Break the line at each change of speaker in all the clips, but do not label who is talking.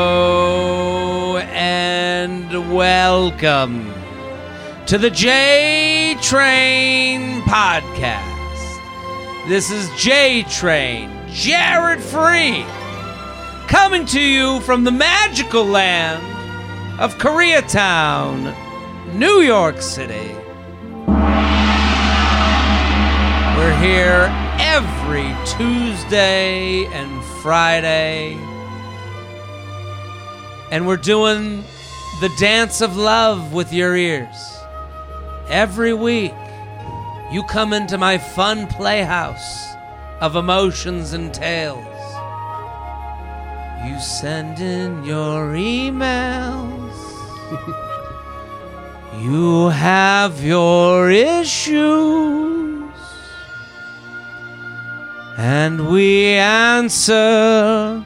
Hello and welcome to the J Train Podcast. This is J Train, Jared Free, coming to you from the magical land of Koreatown, New York City. We're here every Tuesday and Friday. And we're doing the dance of love with your ears. Every week, you come into my fun playhouse of emotions and tales. You send in your emails. you have your issues and we answer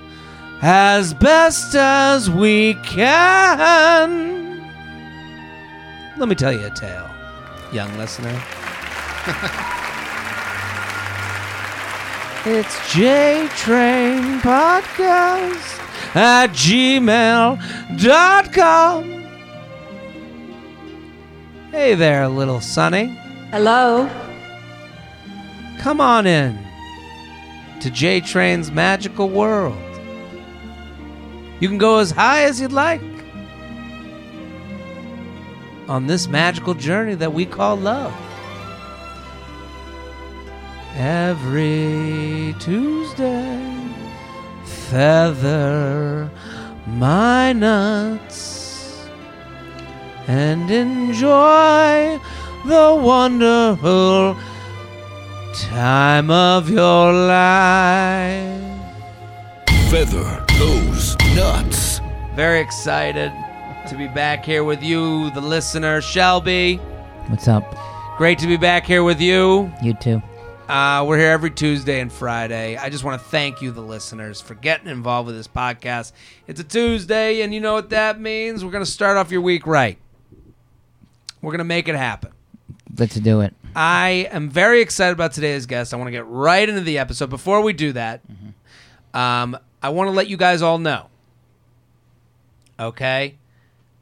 as best as we can. Let me tell you a tale, young listener. it's J Train Podcast at gmail.com. Hey there, little Sonny.
Hello.
Come on in to J Train's magical world. You can go as high as you'd like on this magical journey that we call love. Every Tuesday, feather my nuts and enjoy the wonderful time of your life.
Feather those nuts.
Very excited to be back here with you, the listener, Shelby.
What's up?
Great to be back here with you.
You too.
Uh, we're here every Tuesday and Friday. I just want to thank you, the listeners, for getting involved with this podcast. It's a Tuesday, and you know what that means? We're going to start off your week right. We're going to make it happen.
Let's do it.
I am very excited about today's guest. I want to get right into the episode. Before we do that, um, I want to let you guys all know. Okay,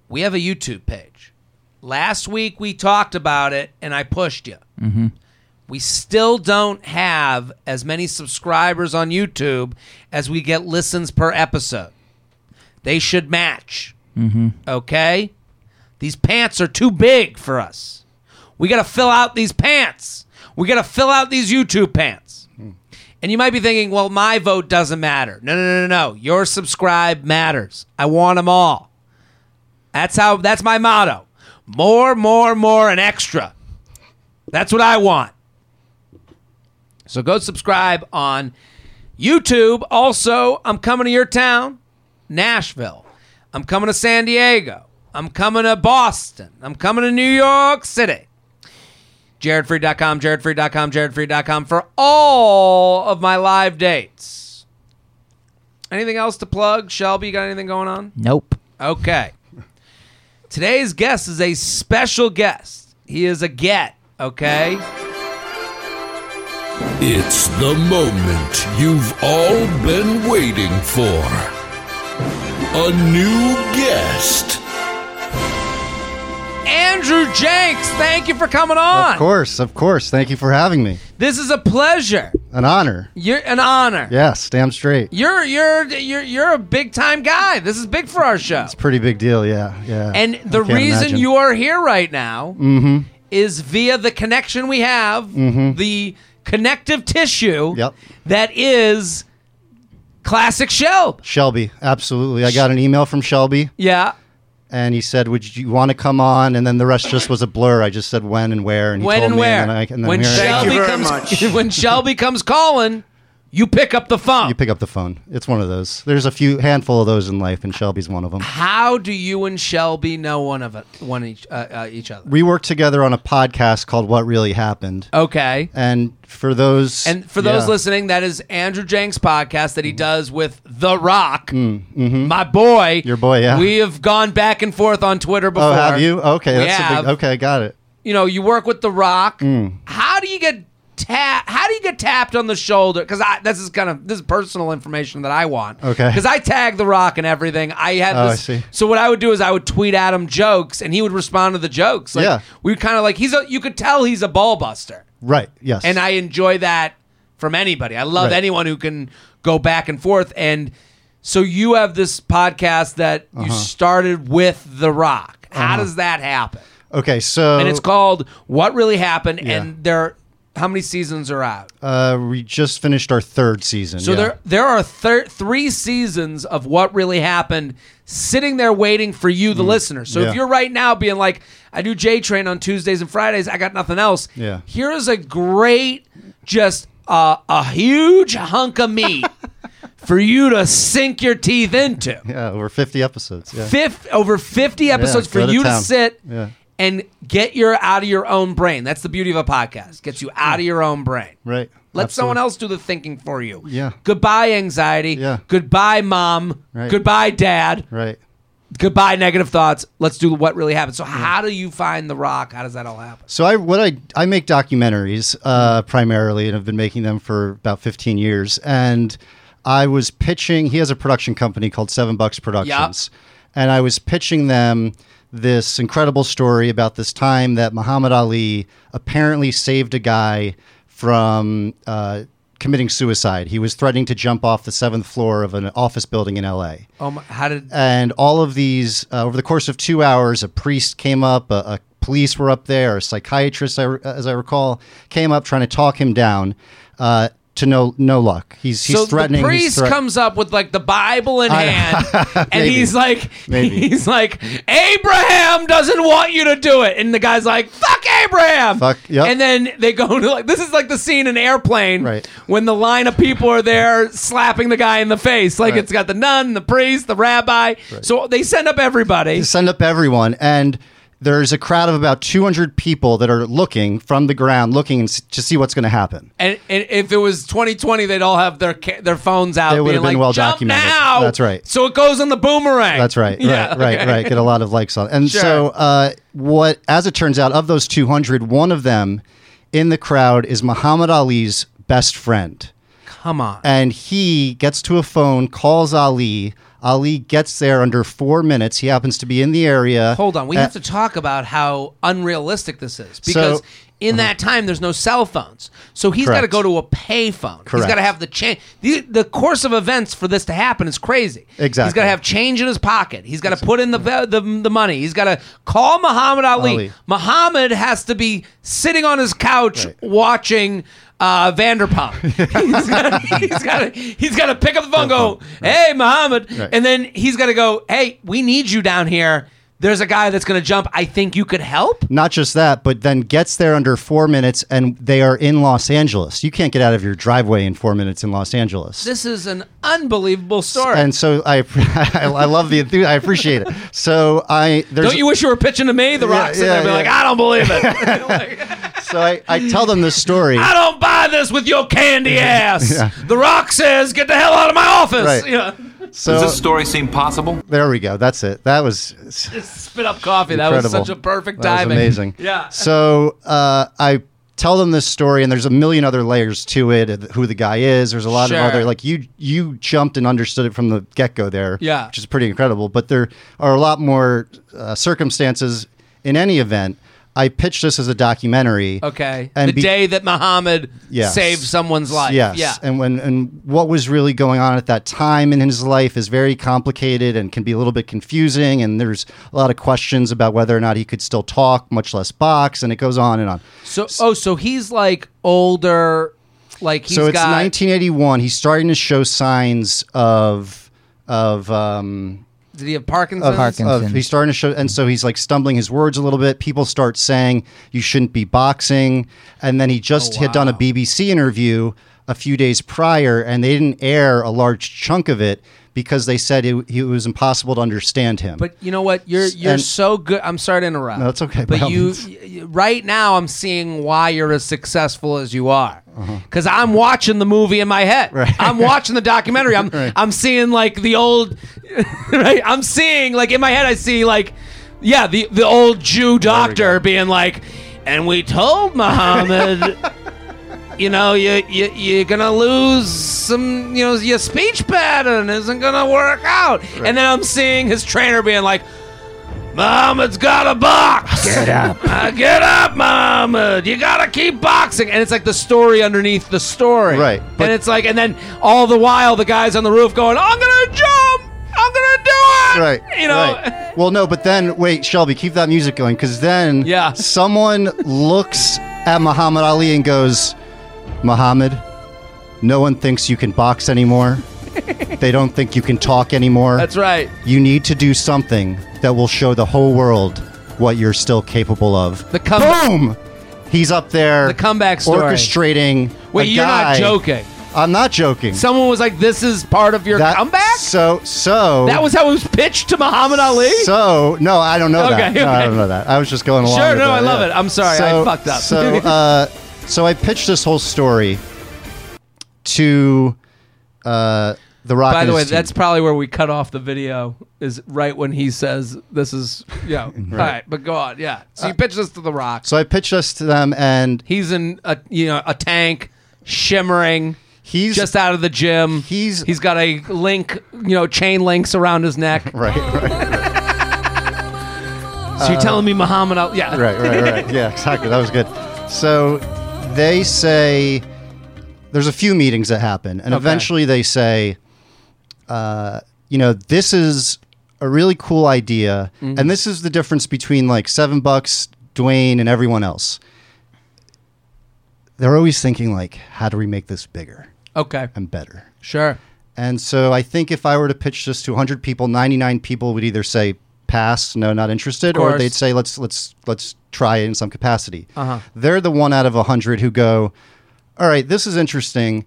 we have a YouTube page. Last week we talked about it, and I pushed you. We still don't have as many subscribers on YouTube as we get listens per episode. They should match. Okay, these pants are too big for us. We got to fill out these pants. We got to fill out these YouTube pants. And you might be thinking, well, my vote doesn't matter. No, no, no, no, no. Your subscribe matters. I want them all. That's how. That's my motto. More, more, more, and extra. That's what I want. So go subscribe on YouTube. Also, I'm coming to your town, Nashville. I'm coming to San Diego. I'm coming to Boston. I'm coming to New York City. JaredFree.com, JaredFree.com, JaredFree.com for all of my live dates. Anything else to plug? Shelby, you got anything going on?
Nope.
Okay. Today's guest is a special guest. He is a get, okay?
It's the moment you've all been waiting for. A new guest.
Andrew Jenks, thank you for coming on.
Of course, of course. Thank you for having me.
This is a pleasure.
An honor.
You're an honor.
Yes, damn straight.
You're you're you're you're a big time guy. This is big for our show.
Pretty big deal, yeah, yeah.
And
I
the
can't
reason
imagine. Mm-hmm.
you are here right now is via the connection we have, the connective tissue
Yep.
that is classic Shelb.
Shelby, absolutely. I got an email from Shelby,
Yeah.
and he said, "Would you want to come on?" And then the rest just was a blur. I just said when and where, and he
when
told
and
me,
where?
And then I, and then
when
here I am.
Shelby
very
comes
much.
when Shelby comes calling, you pick up the phone.
you pick up the phone. It's one of those. There's a few handful of those in life, and Shelby's one of them.
How do you and Shelby know one of it, one each uh, uh, each other?
We worked together on a podcast called "What Really Happened,"
Okay.
and for those
And for those
yeah. Mm-hmm.
listening, that is Andrew Jenks' podcast that he does with The Rock, my boy.
Mm, Your boy, yeah.
We have gone back and forth on Twitter before.
oh, have you? Okay,
We
that's a
have.
big. Okay, got it. Mm.
You know, you work with The Rock. How do you get tap? How do you get tapped on the shoulder? Because this is kind of this is personal information that I want.
Okay.
Because I tag The Rock and everything. I had
Oh, I
this.
see.
So what I would do is I would tweet at him jokes, and he would respond to the jokes. Like,
Yeah.
We kind of like he's a. You could tell he's a ball buster,
Right. Yes.
and I enjoy that from anybody. I love
Right.
anyone who can go back and forth. And so you have this podcast that
Uh-huh.
you started with The Rock. How does that happen?
Okay. Uh-huh. So
and it's called "What Really Happened."
Yeah.
And there, how many seasons are out?
uh, we just finished our third season.
so
yeah.
there, there are thir- three seasons of "What Really Happened" sitting there waiting for you, the listener. So
Mm. Yeah.
if you're right now being like, "I do J Train on Tuesdays and Fridays. I got nothing else."
Yeah.
Here is a great, just uh, a huge hunk of meat for you to sink your teeth into.
Yeah, over 50 episodes. Yeah.
Fif- over 50 episodes
go
for
to
you to
town.
sit
Yeah.
and get your out of your own brain. That's the beauty of a podcast. Gets you out of your own brain.
Right.
Let
Absolutely.
someone else do the thinking for you.
Yeah.
Goodbye anxiety.
Yeah.
Goodbye mom.
Right.
Goodbye dad.
Right.
Goodbye negative thoughts. Let's do what really happened. So how do you find the rock? How does that all happen?
So I what I I make documentaries uh, primarily, and I've been making them for about 15 years. And I was pitching. He has a production company called Seven Bucks Productions, and I was pitching them this incredible story about this time that Muhammad Ali apparently saved a guy from. Uh, committing suicide he was threatening to jump off the seventh floor of an office building in la
Oh my, how did
and all of these uh, over the course of two hours a priest came up a, a police were up there a psychiatrist I, re- as i recall came up trying to talk him down uh, to no no luck he's he's
so
threatening
the
he's
priest
threat-
comes up with like the Bible in
I-
hand, and
Maybe.
he's like,
Maybe.
he's like, Abraham doesn't want you to do it, and the guy's like, fuck Abraham,
Fuck, yep.
and then they go to like this is like the scene in Airplane,
Right.
when the line of people are there slapping the guy in the face, like
Right.
it's got the nun, the priest, the rabbi, so they send up everybody.
send up everyone and there's a crowd of about 200 people that are looking from the ground looking s- to see what's going to happen
And, and if it was 2020, they'd all have their ca- their phones out.
It would
being
have been
like,
well
"Jump
documented."
Now!
That's right.
So it goes on the boomerang.
That's right. Right,
Yeah,
right,
okay.
right. Get a lot of likes on. And
Sure.
so, uh, what, as it turns out, of those 200, one of them in the crowd is Muhammad Ali's best friend.
Come on.
And he gets to a phone, calls Ali. Ali gets there under four minutes. He happens to be in the area.
Hold on, we
Uh,
have to talk about how unrealistic this is because
So- mm-hmm.
in that time there's no cell phones, so he's got to
Correct.
go to a payphone. He's
Correct.
got to have the change. The, the course of events for this to happen is crazy. He's got
Exactly.
to have change in his pocket. He's got to put in the, the the money. He's got to call Muhammad Ali.
Ali.
Muhammad has to be sitting on his couch
Right.
watching. Uh, Vanderpump. he's got he's got he's got to pick up the phone, and go, "Hey, Muhammad,"
Right.
and then he's got to go, "Hey, we need you down here. There's a guy that's going to jump. I think you could help."
Not just that, but then gets there under four minutes, and they are in Los Angeles. You can't get out of your driveway in four minutes in Los Angeles.
This is an unbelievable story.
and so I, I, love the enthusiasm. I appreciate it. So I there's
don't you wish you were pitching to me? The
Yeah,
rocks in
yeah,
there, be
yeah.
like, "I don't believe it. Like,
so I, I tell them this story.
I don't buy this with your candy ass." The rock says, "Get the hell out of my office."
Right.
Yeah.
So
Does this story seem possible?
there we go. That's it. That was
Spit up coffee. That was
Incredible.
such a perfect
That was
timing.
amazing.
Yeah.
So uh, I tell them this story, and there's a million other layers to it. of Who the guy is. There's a lot
Sure.
of other like you you jumped and understood it from the get go there.
Yeah.
Which is pretty incredible. But there are a lot more uh, circumstances. In any event, I pitched this as a documentary.
Okay.
And
the
be-
day that Muhammad
Yes.
saved someone's life.
Yes.
Yeah.
And when and what was really going on at that time in his life is very complicated and can be a little bit confusing. And there's a lot of questions about whether or not he could still talk, much less box, and it goes on and on.
So oh, so he's like older, like he's
so it's
got
1981. He's starting to show signs of of um
did he have Parkinson's?
Parkinson's.
of he's starting to show and so he's like stumbling his words a little bit people start saying you shouldn't be boxing and then he just
Oh,
had done a bbc interview a few days prior and they didn't air a large chunk of it because they said it, it was impossible to understand him
But you know what? You're you're
and-
so good. I'm sorry to interrupt.
No, it's okay, by
But
all
you,
means.
y- y- right now, I'm seeing why you're as successful as you are.
Uh-huh.
Because I'm watching the movie in my head. I'm watching the documentary. I'm I'm seeing like the old, right? I'm seeing like in my head. I see like, yeah, the the old Jew doctor being like, and we told Muhammad. you know, you, you, you're going to lose some, you know, your speech pattern isn't going to work out. And then I'm seeing his trainer being like, Mom, it's got a box. Get up. get up, Mom. Uh, You got to keep boxing. And it's like the story underneath the story.
Right, but-
and it's like, and then all the while, the guy's on the roof going, I'm going to jump. I'm going to do it.
right.
You know?
right. Well, no, but then wait, Shelby, keep that music going because then
Yeah.
someone looks at Muhammad Ali and goes, Muhammad, no one thinks you can box anymore. they don't think you can talk anymore.
That's right.
You need to do something that will show the whole world what you're still capable of.
The come-
boom. He's up there.
The comeback story.
Orchestrating. a
Wait, you're not
guy.
joking.
I'm not joking.
Someone was like, "This is part of your
That-
comeback."
So so
that was how it was pitched to Muhammad Ali.
So no, I don't know that.
Okay,
No, I
okay.
don't know that. I was just going along.
Sure,
with
no,
that,
I love
yeah.
it. I'm sorry, I
So-
fucked up.
so uh, so I pitched this whole story to uh, the Rock.
By
and
the way,
his team.
that's probably where we cut off the video. Is right when he says, "This is yeah." All right, but go on. Yeah. So you pitched this to The Rock.
so I pitched this to them, and
He's in a you know a tank, shimmering.
he's
Just out of the gym.
he's-
he's got a link, you know, chain links around his neck.
right, right,
So you're telling me Muhammad Ali? Yeah,
Uh, right, right, right. Yeah, exactly. That was good. So they say there's a few meetings that happen, and eventually they say, uh, you know, this is a really cool idea, and this is the difference between like Seven Bucks, Dwayne, and everyone else. They're always thinking like, how do we make this bigger
Okay,
and better?
sure.
And so I think if I were to pitch this to 100 people, 99 people would either say pass, no, not interested, or
course.
they'd say let's let's let's try it in some capacity. They're the one out of 100 who go, all right, this is interesting.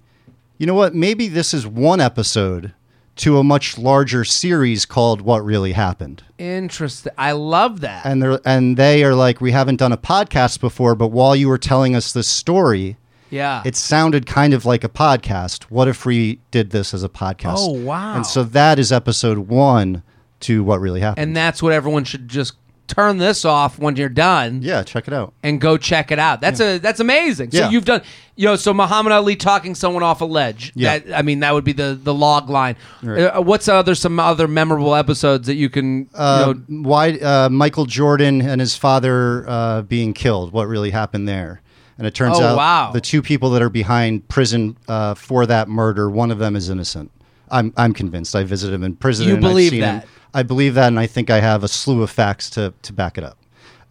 You know what? Maybe this is one episode to a much larger series called What Really Happened.
Interesting. I love that.
And they're and they are like, we haven't done a podcast before, but while you were telling us this story,
yeah,
it sounded kind of like a podcast. What if we did this as a podcast?
Oh, wow.
And so that is episode one to what really happened.
and that's what everyone should just turn this off when you're done
yeah, check it out.
and go check it out. That's a that's amazing. So
Yeah.
you've done you know so Muhammad Ali talking someone off a ledge.
Yeah.
That, I mean that would be the the log line. Uh, what's other some other memorable episodes that you can you
Uh,
know,
why uh, Michael Jordan and his father uh, being killed? What really happened there? And it turns
Oh,
out
wow.
the two people that are behind prison uh, for that murder, one of them is innocent. I'm I'm convinced. I visited him in prison.
You
and I've
believe
seen him.
that?
I believe that, and I think I have a slew of facts to to back it up.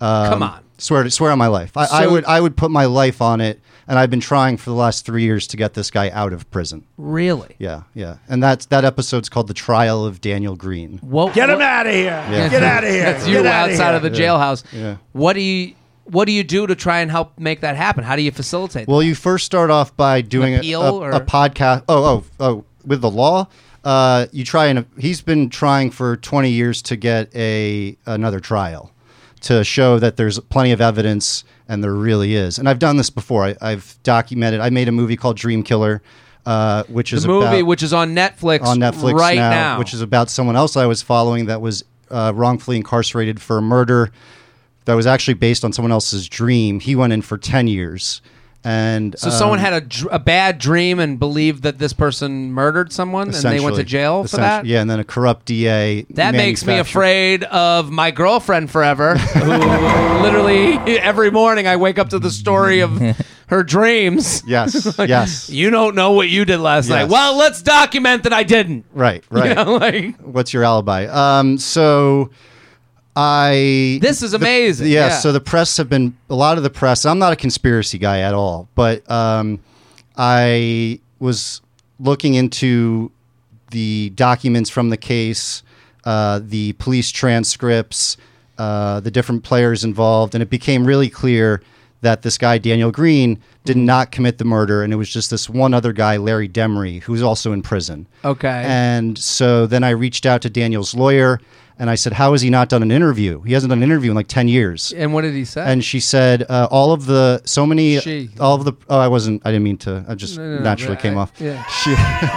um,
come on.
Swear to swear on my life. I, I
So-
would I would put my life on it, and I've been trying for the last three years to get this guy out of prison.
Really?
Yeah, yeah. And that's that episode's called "The Trial of Daniel Green."
What
Get
what-
him out of here. Get out of here.
That's you
Get outta
outside
here.
of the jailhouse.
Yeah.
What do you what do you do to try and help make that happen? How do you facilitate?
Well, you first start off by doing a,
appeal
a-
or-
a podcast. Oh, oh, oh, with the law. Uh, you try and he's been trying for 20 years to get a another trial to show that there's plenty of evidence and there really is. And I've done this before. I, I've documented. I made a movie called Dream Killer, uh, which is
the movie
about,
which is on Netflix
on Netflix
right now,
which is about someone else I was following that was uh, wrongfully incarcerated for murder that was actually based on someone else's dream. He went in for ten years, and uh,
So someone had a, dr- a bad dream and believed that this person murdered someone, and they went to jail for that.
Yeah, and then a corrupt DA.
That makes me
manufactured-
afraid of my girlfriend forever, who literally every morning I wake up to the story of her dreams.
Yes, yes,
You don't know what you did last night.
Yes.
Well, let's document that I didn't.
right, right.
You know, like
What's your alibi? Um, so I
this is amazing.
yeah,
yeah.
So the press have been a lot of the press. I'm not a conspiracy guy at all, but um, I was looking into the documents from the case, uh, the police transcripts, uh, the different players involved, and it became really clear that this guy Daniel Green did
Mm-hmm.
not commit the murder, and it was just this one other guy, Larry Demery, who's also in prison.
Okay.
And so then I reached out to Daniel's lawyer and I said, How has he not done an interview? He hasn't done an interview in like 10 years.
and what did he say?
And she said, uh, All of the, so many,
She.
all of the, oh, I wasn't, I didn't mean to, I just
No, no,
naturally
but
came
I-
off.
Yeah.
She,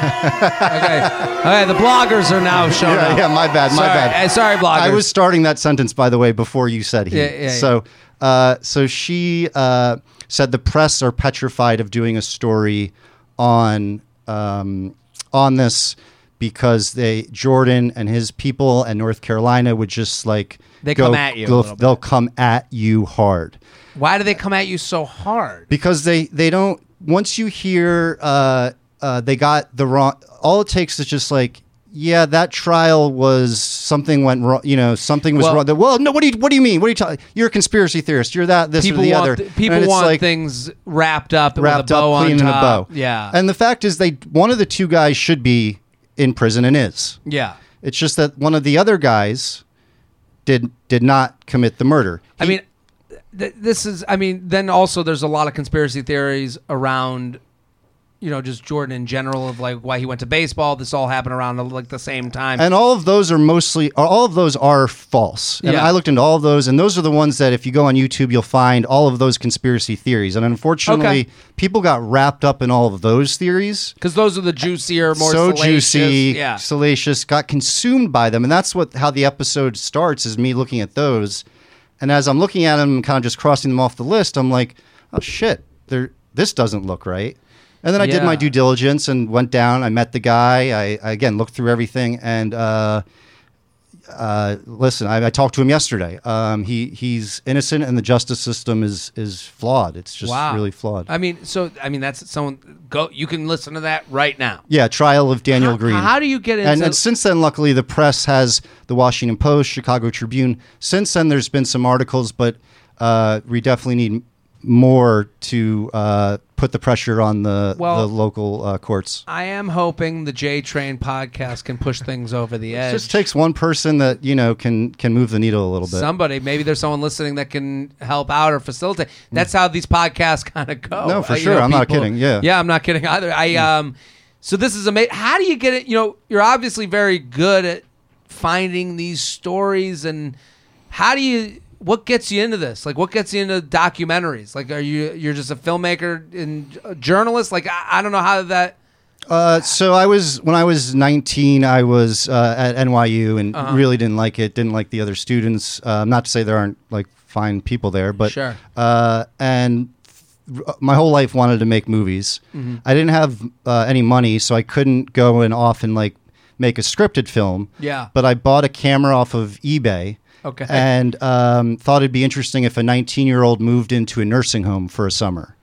okay. Okay. The bloggers are now showing
yeah,
up.
yeah, my bad, my
sorry,
bad.
uh, sorry, bloggers.
I was starting that sentence, by the way, before you said he.
Yeah, yeah, yeah.
so, Uh, so she, uh, said the press are petrified of doing a story on um, on this because they Jordan and his people and North Carolina would just like
They come at you a
go-
little bit.
they'll come at you hard
Why do they come at you so hard?
because they they don't once you hear uh, uh, they got the wrong all it takes is just like yeah that trial was something went wrong you know something was
Well-
wrong well no what do you what do you mean what are you talking you're a conspiracy theorist you're that this
People
or the
want
other
th-
And
people
it's
want
like,
things wrapped up
wrapped
with a bow
up
on
clean in a bow
top. Yeah.
and the fact is they one of the two guys should be in prison and is
yeah.
it's just that one of the other guys did did not commit the murder
I mean, th- this is. I mean, then also there's a lot of conspiracy theories around, you know, just Jordan in general of like why he went to baseball. This all happened around like the same time.
and all of those are mostly all of those are false and
Yeah.
i looked into all of those and those are the ones that if you go on youtube you'll find all of those conspiracy theories and unfortunately
Okay.
people got wrapped up in all of those theories
because those are the juicier, more
so
salacious-
juicy
Yeah,
salacious got consumed by them and that's what how the episode starts is me looking at those and as i'm looking at them kind of just crossing them off the list i'm like oh shit there this doesn't look right and then i did
Yeah.
my due diligence and went down i met the guy i, I again looked through everything and uh uh, listen, I, I talked to him yesterday. Um, he he's innocent, and the justice system is is flawed. It's just
wow,
really flawed.
I mean, so I mean that's someone go. You can listen to that right now.
yeah, trial of Daniel Green.
How do you get into?
and, and since then, luckily, the press has the Washington Post, Chicago Tribune. Since then, there's been some articles, but uh, we definitely need more to uh, put the pressure on the,
Well-
the local uh, courts.
I am hoping the J Train podcast can push things over the
It
edge.
just takes one person that you know can can move the needle a little bit.
Somebody, maybe there's someone listening that can help out or facilitate. That's how these podcasts kind of go.
No, for
Uh, you
sure.
know,
I'm not kidding. Yeah.
yeah, I'm not kidding either. I um, so this is amazing. How do you get it? You know, you're obviously very good at finding these stories, and how do you? What gets you into this? Like, what gets you into documentaries? Like, are you you're just a filmmaker and a journalist? Like, I, I don't know how that.
Uh, so I was when I was 19, I was uh, at NYU and
Uh-huh.
really didn't like it. Didn't like the other students. Uh, not to say there aren't like fine people there, but
Sure.
Uh, and r- uh, my whole life wanted to make movies.
Mm-hmm.
I didn't have uh, any money, so I couldn't go and off and like make a scripted film.
Yeah.
But I bought a camera off of eBay.
Okay.
And um, thought it'd be interesting if a 19 year old moved into a nursing home for a summer,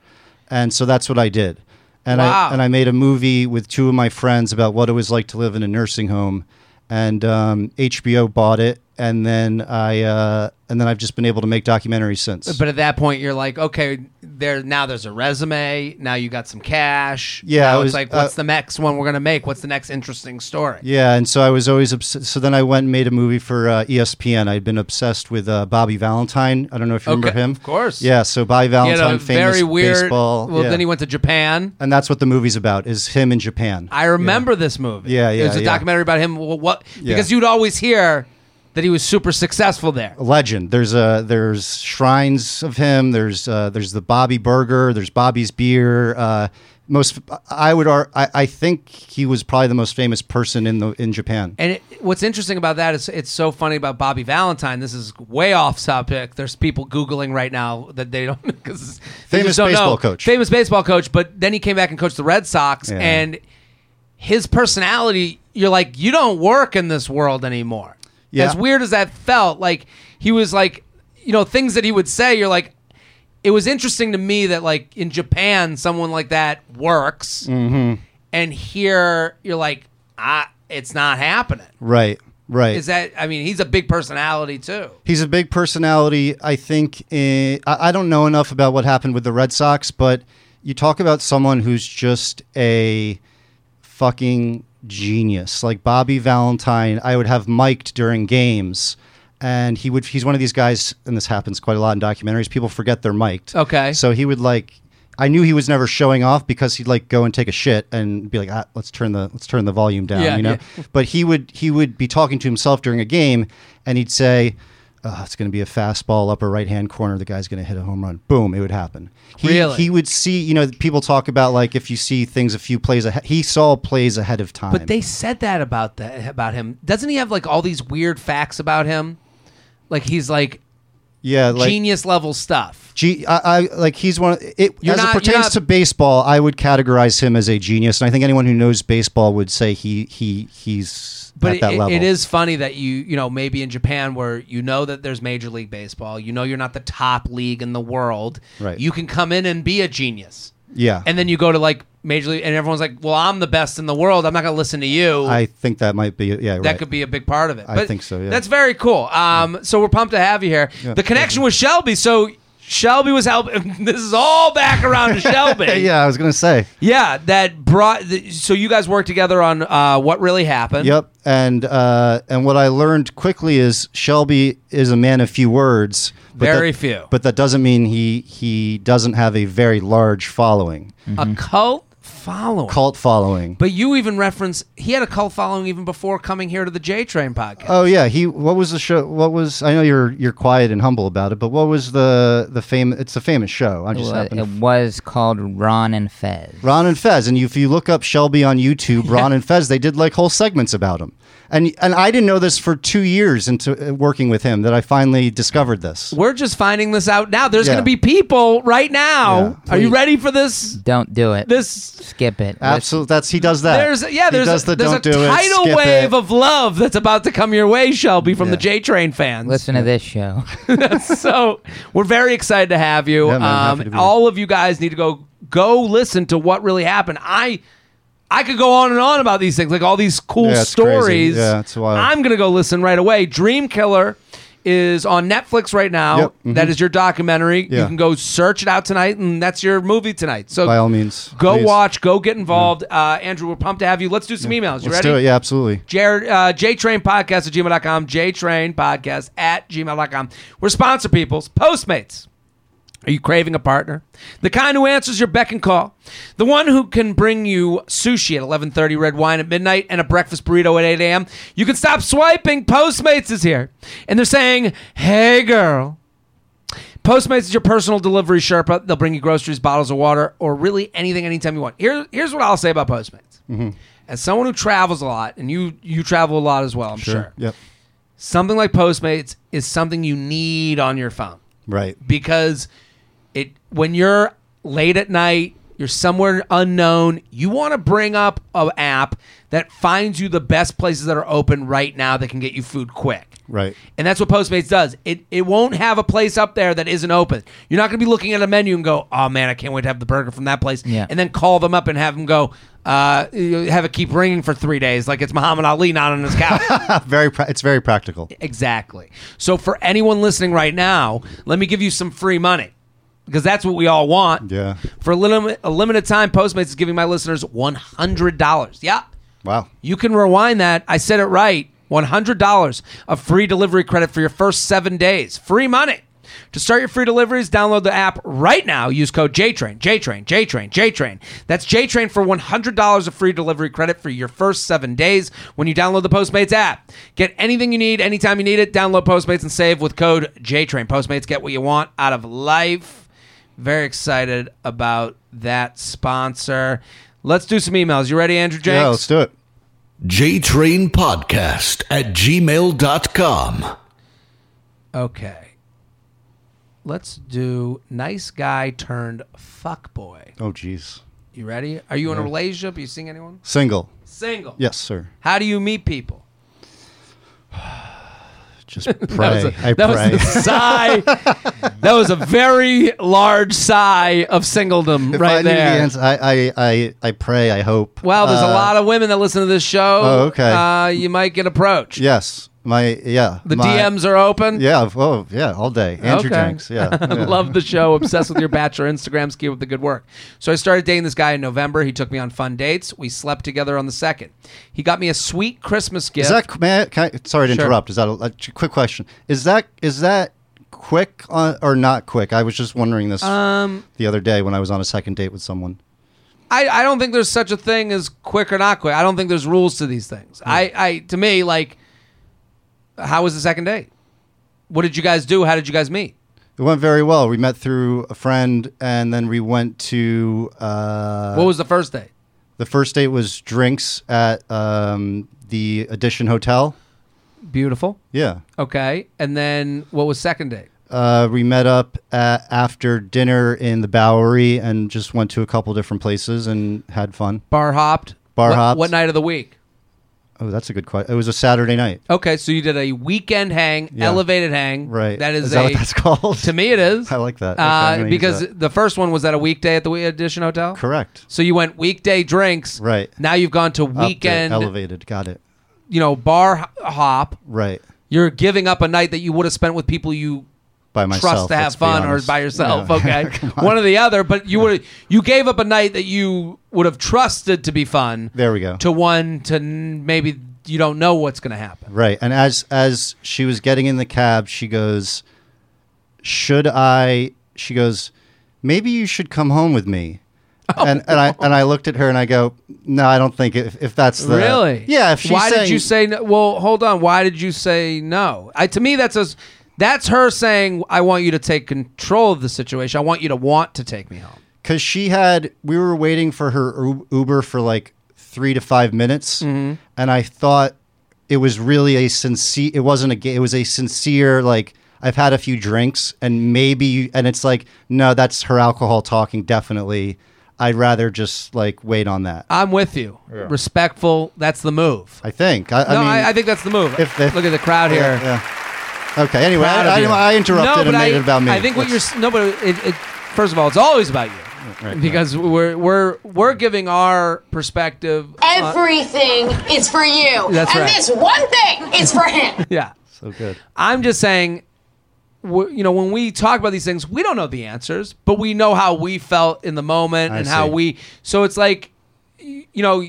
and so that's what I did. And
Wow.
I and I made a movie with two of my friends about what it was like to live in a nursing home, and um, HBO bought it, and then I uh, and then I've just been able to make documentaries since.
But at that point, you're like, okay, there now. There's a resume. Now you got some cash.
Yeah,
Now
it
it's
was,
like, what's
uh,
the next one we're gonna make? What's the next interesting story?
yeah, and so I was always obs- so. Then I went and made a movie for uh, ESPN. I'd been obsessed with uh, Bobby Valentine. I don't know if you
Okay,
remember him.
of course.
Yeah, so Bobby
He had
Valentine,
a
famous
very weird.
baseball.
well,
yeah.
then he went to Japan.
and that's what the movie's about is him in Japan.
I remember this movie.
Yeah,
It was
yeah,
a
yeah.
documentary about him. Wh- What?
Yeah.
Because you'd always hear that he was super successful there.
legend. There's uh, there's shrines of him. There's uh, there's the Bobby Burger. There's Bobby's beer. Uh, most I would ar- I, I think he was probably the most famous person in the in Japan.
And it, what's interesting about that is it's so funny about Bobby Valentine. This is way off topic. There's people googling right now that they don't because
Famous baseball coach.
famous baseball coach. But then he came back and coached the Red Sox,
Yeah.
and his personality. You're like, you don't work in this world anymore.
Yeah.
As weird as that felt, like he was like, you know, things that he would say. You're like, it was interesting to me that like in Japan, someone like that works,
Mm-hmm.
and here you're like, ah, it's not happening.
Right, right.
Is that? I mean, he's a big personality too.
He's a big personality. I think. eh, I I don't know enough about what happened with the Red Sox, but you talk about someone who's just a fucking genius, like Bobby Valentine. I would have mic'd during games, and he would. He's one of these guys, and this happens quite a lot in documentaries. People forget they're mic'd.
Okay.
So he would like. I knew he was never showing off because he'd like go and take a shit and be like, ah, let's turn the let's turn the volume down,
Yeah,
you know. but he would he would be talking to himself during a game, and he'd say, oh, "It's going to be a fastball upper right hand corner. The guy's going to hit a home run. Boom! It would happen." He,
Really?
He would see. You know, people talk about like if you see things a few plays ahead. He saw plays ahead of time.
But they said that about that about him. Doesn't he have like all these weird facts about him? Like he's like,
yeah, like
genius level stuff.
G, I, I like he's one. It
You're
as
not-
it
you're
pertains
not-
to baseball, I would categorize him as a genius, and I think anyone who knows baseball would say he he he's
But
at that
it-
level.
it is funny that you you know maybe in Japan where you know that there's Major League Baseball, you know you're not the top league in the world.
Right.
You can come in and be a genius,
yeah.
and then you go to like Major League, and everyone's like, "Well, I'm the best in the world. I'm not going to listen to you."
I think that might be yeah.
that
right.
could be a big part of it.
I think so, yeah.
That's very cool. Um, so we're pumped to have you here. the connection with Shelby. So Shelby was helping. this is all back around to Shelby.
yeah, I was gonna say.
Yeah, That brought. The, so you guys worked together on uh, what really happened.
Yep, and uh, and what I learned quickly is Shelby is a man of few words. But
Very
that,
few.
But that doesn't mean he he doesn't have a very large following,
A cult following.
Mm-hmm. cult following.
But you even reference he had a cult following even before coming here to the J Train podcast.
Oh yeah, he. What was the show? What was? I know you're you're quiet and humble about it, but what was the the fame? It's a famous show. I just
Well,
happened.
it
to
was called Ron and Fez.
Ron and Fez, and if you look up Shelby on YouTube, Ron and Fez, they did like whole segments about him, and and I didn't know this for two years into uh, working with him that I finally discovered this.
We're just finding this out now. There's
Yeah.
going to be people right now.
Yeah.
Are you
Please.
ready for this?
Don't do it.
This
Skip it. Let's-
Absolutely, that's he does that.
There's yeah,
He
there's
does
a,
the
there's
don't
a
do it,
tidal
skip
wave
it.
of love that's about to come your way, Shelby, from the
Yeah.
J Train fans.
Listen to this show.
so we're very excited to have you.
Yeah, man, happy to be
um,
here.
all of you guys need to go go listen to what really happened. I I could go on and on about these things, like all these cool
Yeah, it's crazy.
stories.
Yeah, it's wild.
I'm gonna go listen right away. Dream Killer is on Netflix right now.
Yep, mhm.
That is your documentary. You
Yeah.
can go search it out tonight, and that's your movie tonight. So
By all means,
Go
please.
watch. Go get involved. Uh, Andrew, we're pumped to have you. Let's do some emails. You
Let's
ready?
do it. Yeah, absolutely.
Jared, uh, JTrain Podcast at gmail.com, JTrain Podcast at gmail.com. We're sponsor peoples, Postmates. Are you craving a partner? The kind who answers your beck and call. The one who can bring you sushi at 11:30, red wine at midnight, and a breakfast burrito at 8 a.m. You can stop swiping. Postmates is here. And they're saying, "Hey girl, Postmates is your personal delivery Sherpa. They'll bring you groceries, bottles of water, or really anything anytime you want. Here, here's what I'll say about Postmates. As someone who travels a lot, and you you travel a lot as well, I'm sure.
Yep.
Something like Postmates is something you need on your phone
Right.
because it when you're late at night, you're somewhere unknown, you want to bring up an app that finds you the best places that are open right now that can get you food quick.
Right.
And that's what Postmates does. It it won't have a place up there that isn't open. You're not going to be looking at a menu and go, "Oh man, I can't wait to have the burger from that place."
Yeah.
And then call them up and have them go, uh, you have it keep ringing for three days like it's Muhammad Ali not on his couch.
Ah, Very. Pra- it's very practical.
Exactly. So for anyone listening right now, let me give you some free money because that's what we all want.
Yeah.
For a, lim- a limited time, Postmates is giving my listeners $100. Yeah.
Wow.
You can rewind that. I said it right. $100 of free delivery credit for your first seven days. Free money. To start your free deliveries, download the app right now. Use code JTRAIN, JTRAIN, JTRAIN, JTRAIN. That's JTRAIN for $100 of free delivery credit for your first seven days when you download the Postmates app. Get anything you need anytime you need it. Download Postmates and save with code JTRAIN. Postmates get what you want out of life. Very excited about that sponsor. Let's do some emails. You ready, Andrew Jenks?
Yeah. Let's do it.
JTrainPodcast at gmail.com.
Okay. Let's do nice guy turned fuck boy.
Oh, jeez.
You ready? Are you in a relationship? Are you seeing anyone?
Single.
Single.
Yes, sir.
How do you meet people?
Just pray. I
that
pray.
was a sigh. that was a very large sigh of singledom
If
right
I knew the
there.
answer, I, I, I, I pray. I hope.
Well, there's
Uh,
a lot of women that listen to this show.
Oh, okay.
Uh, you might get approached.
Yes. My. Yeah.
The
my-
DMs are open.
Yeah. Oh, yeah. All day.
Okay.
Andrew Jenks. Yeah.
I
yeah.
love the show. Obsessed with your bachelor Instagrams. Keep up the good work. So I started dating this guy in November. He took me on fun dates. We slept together on the second. He got me a sweet Christmas gift.
Is that may I, can I, sorry to
Sure.
interrupt? Is that a, a ch- quick question? Is that is that quick on, or not quick? I was just wondering this
Um,
the other day when I was on a second date with someone.
I, I don't think there's such a thing as quick or not quick. I don't think there's rules to these things.
Hmm.
I, I to me like, how was the second date? What did you guys do? How did you guys meet?
It went very well. We met through a friend, and then we went to uh,
What was the first date?
the first date was drinks at um, the Edition Hotel.
Beautiful.
Yeah,
Okay. And then what was second date?
Uh, we met up uh after dinner in the Bowery and just went to a couple different places and had fun.
Bar hopped.
Bar
What-
hopped.
What night of the week?
Oh, that's a good question. It was a Saturday night,
Okay, so you did a weekend hang,
Yeah.
elevated hang.
right?
That is,
that
a.
what that's called?
to me, it is.
I like that. Okay, I'm
Uh,
gonna use
because
that.
the first one was at a weekday at the We- Edition Hotel.
correct.
So you went weekday drinks.
Right.
Now you've gone to
Up to
weekend.
elevated. Got it.
You know, bar h- hop.
Right.
You're giving up a night that you would have spent with people you
By myself.
trust to
let's
have
be
fun or
honest.
by yourself.
Yeah.
Okay, one or the other. But you would you gave up a night that you would have trusted to be fun.
There we go.
To one to n- maybe you don't know what's going to happen.
Right. And as as she was getting in the cab, she goes, "Should I?" She goes, "Maybe you should come home with me."
Oh.
and and I and I looked at her and I go, "No, I don't think if, if that's the
really?
yeah." If she's
why did
saying-
you say no? Well, hold on. Why did you say no? I to me that's a s- that's her saying I want you to take control of the situation. I want you to want to take me home.
because she had we were waiting for her U- uber for like three to five minutes
Mm-hmm.
and i thought it was really a sincere it wasn't a ga- it was a sincere like i've had a few drinks and maybe you, and it's like no that's her alcohol talking definitely i'd rather just like wait on that
I'm with you. Respectful. That's the move.
i think i, I
no,
mean
I, I think that's the move.
if- if-
Look at the crowd here.
yeah, yeah. okay anyway
proud of
I,
you.
I, I
No,
interrupted
but
and made
I-
it about me
I think what
That's-
you're s- no, but it, it, first of all, it's always about you
right.
because we're we're we're giving our perspective. on-
Everything is for you.
That's
and
right.
this one thing is for him.
yeah,
so good
I'm just saying. we you know, when we talk about these things, we don't know the answers, but we know how we felt in the moment
I
and how
see.
we. So it's like, y- you know,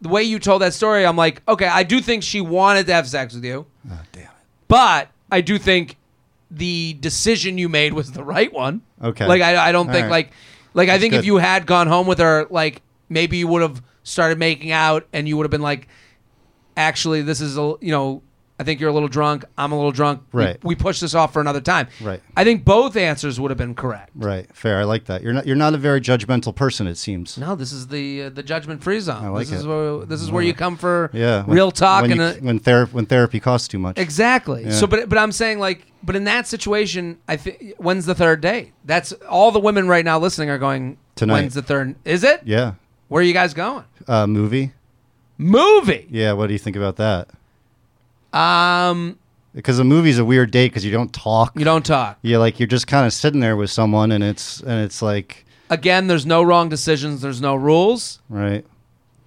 the way you told that story, I'm like, okay, I do think she wanted to have sex with you,
oh damn it
but I do think the decision you made was the right one.
Okay.
Like I, I don't
All
think
right.
like like I think if
good.
you had gone home with her, like maybe you would have started making out and you would have been like, actually, this is a you know. I think you're a little drunk. I'm a little drunk. We-
Right.
We, push this off for another time.
Right.
I think both answers would have been correct.
right fair i like that you're not you're not a very judgmental person it seems
No, this is the uh, the judgment free zone.
like
this is
it.
where this is where you come for
Yeah, when-
real talk
When,
and
you-
a,
when, thera- when therapy costs too much,
Exactly. So, but but I'm saying like, but in that situation, I think when's the third date? That's all the women right now listening are going.
Tonight.
When's the third? Is it?
yeah,
Where are you guys going?
uh, movie.
Movie.
Yeah, what do you think about that? Um, because a movie's a weird date because you don't talk.
Um, You don't talk.
Yeah, like you're just kind of sitting there with someone, and it's and it's like
Again, there's no wrong decisions. There's no rules.
right,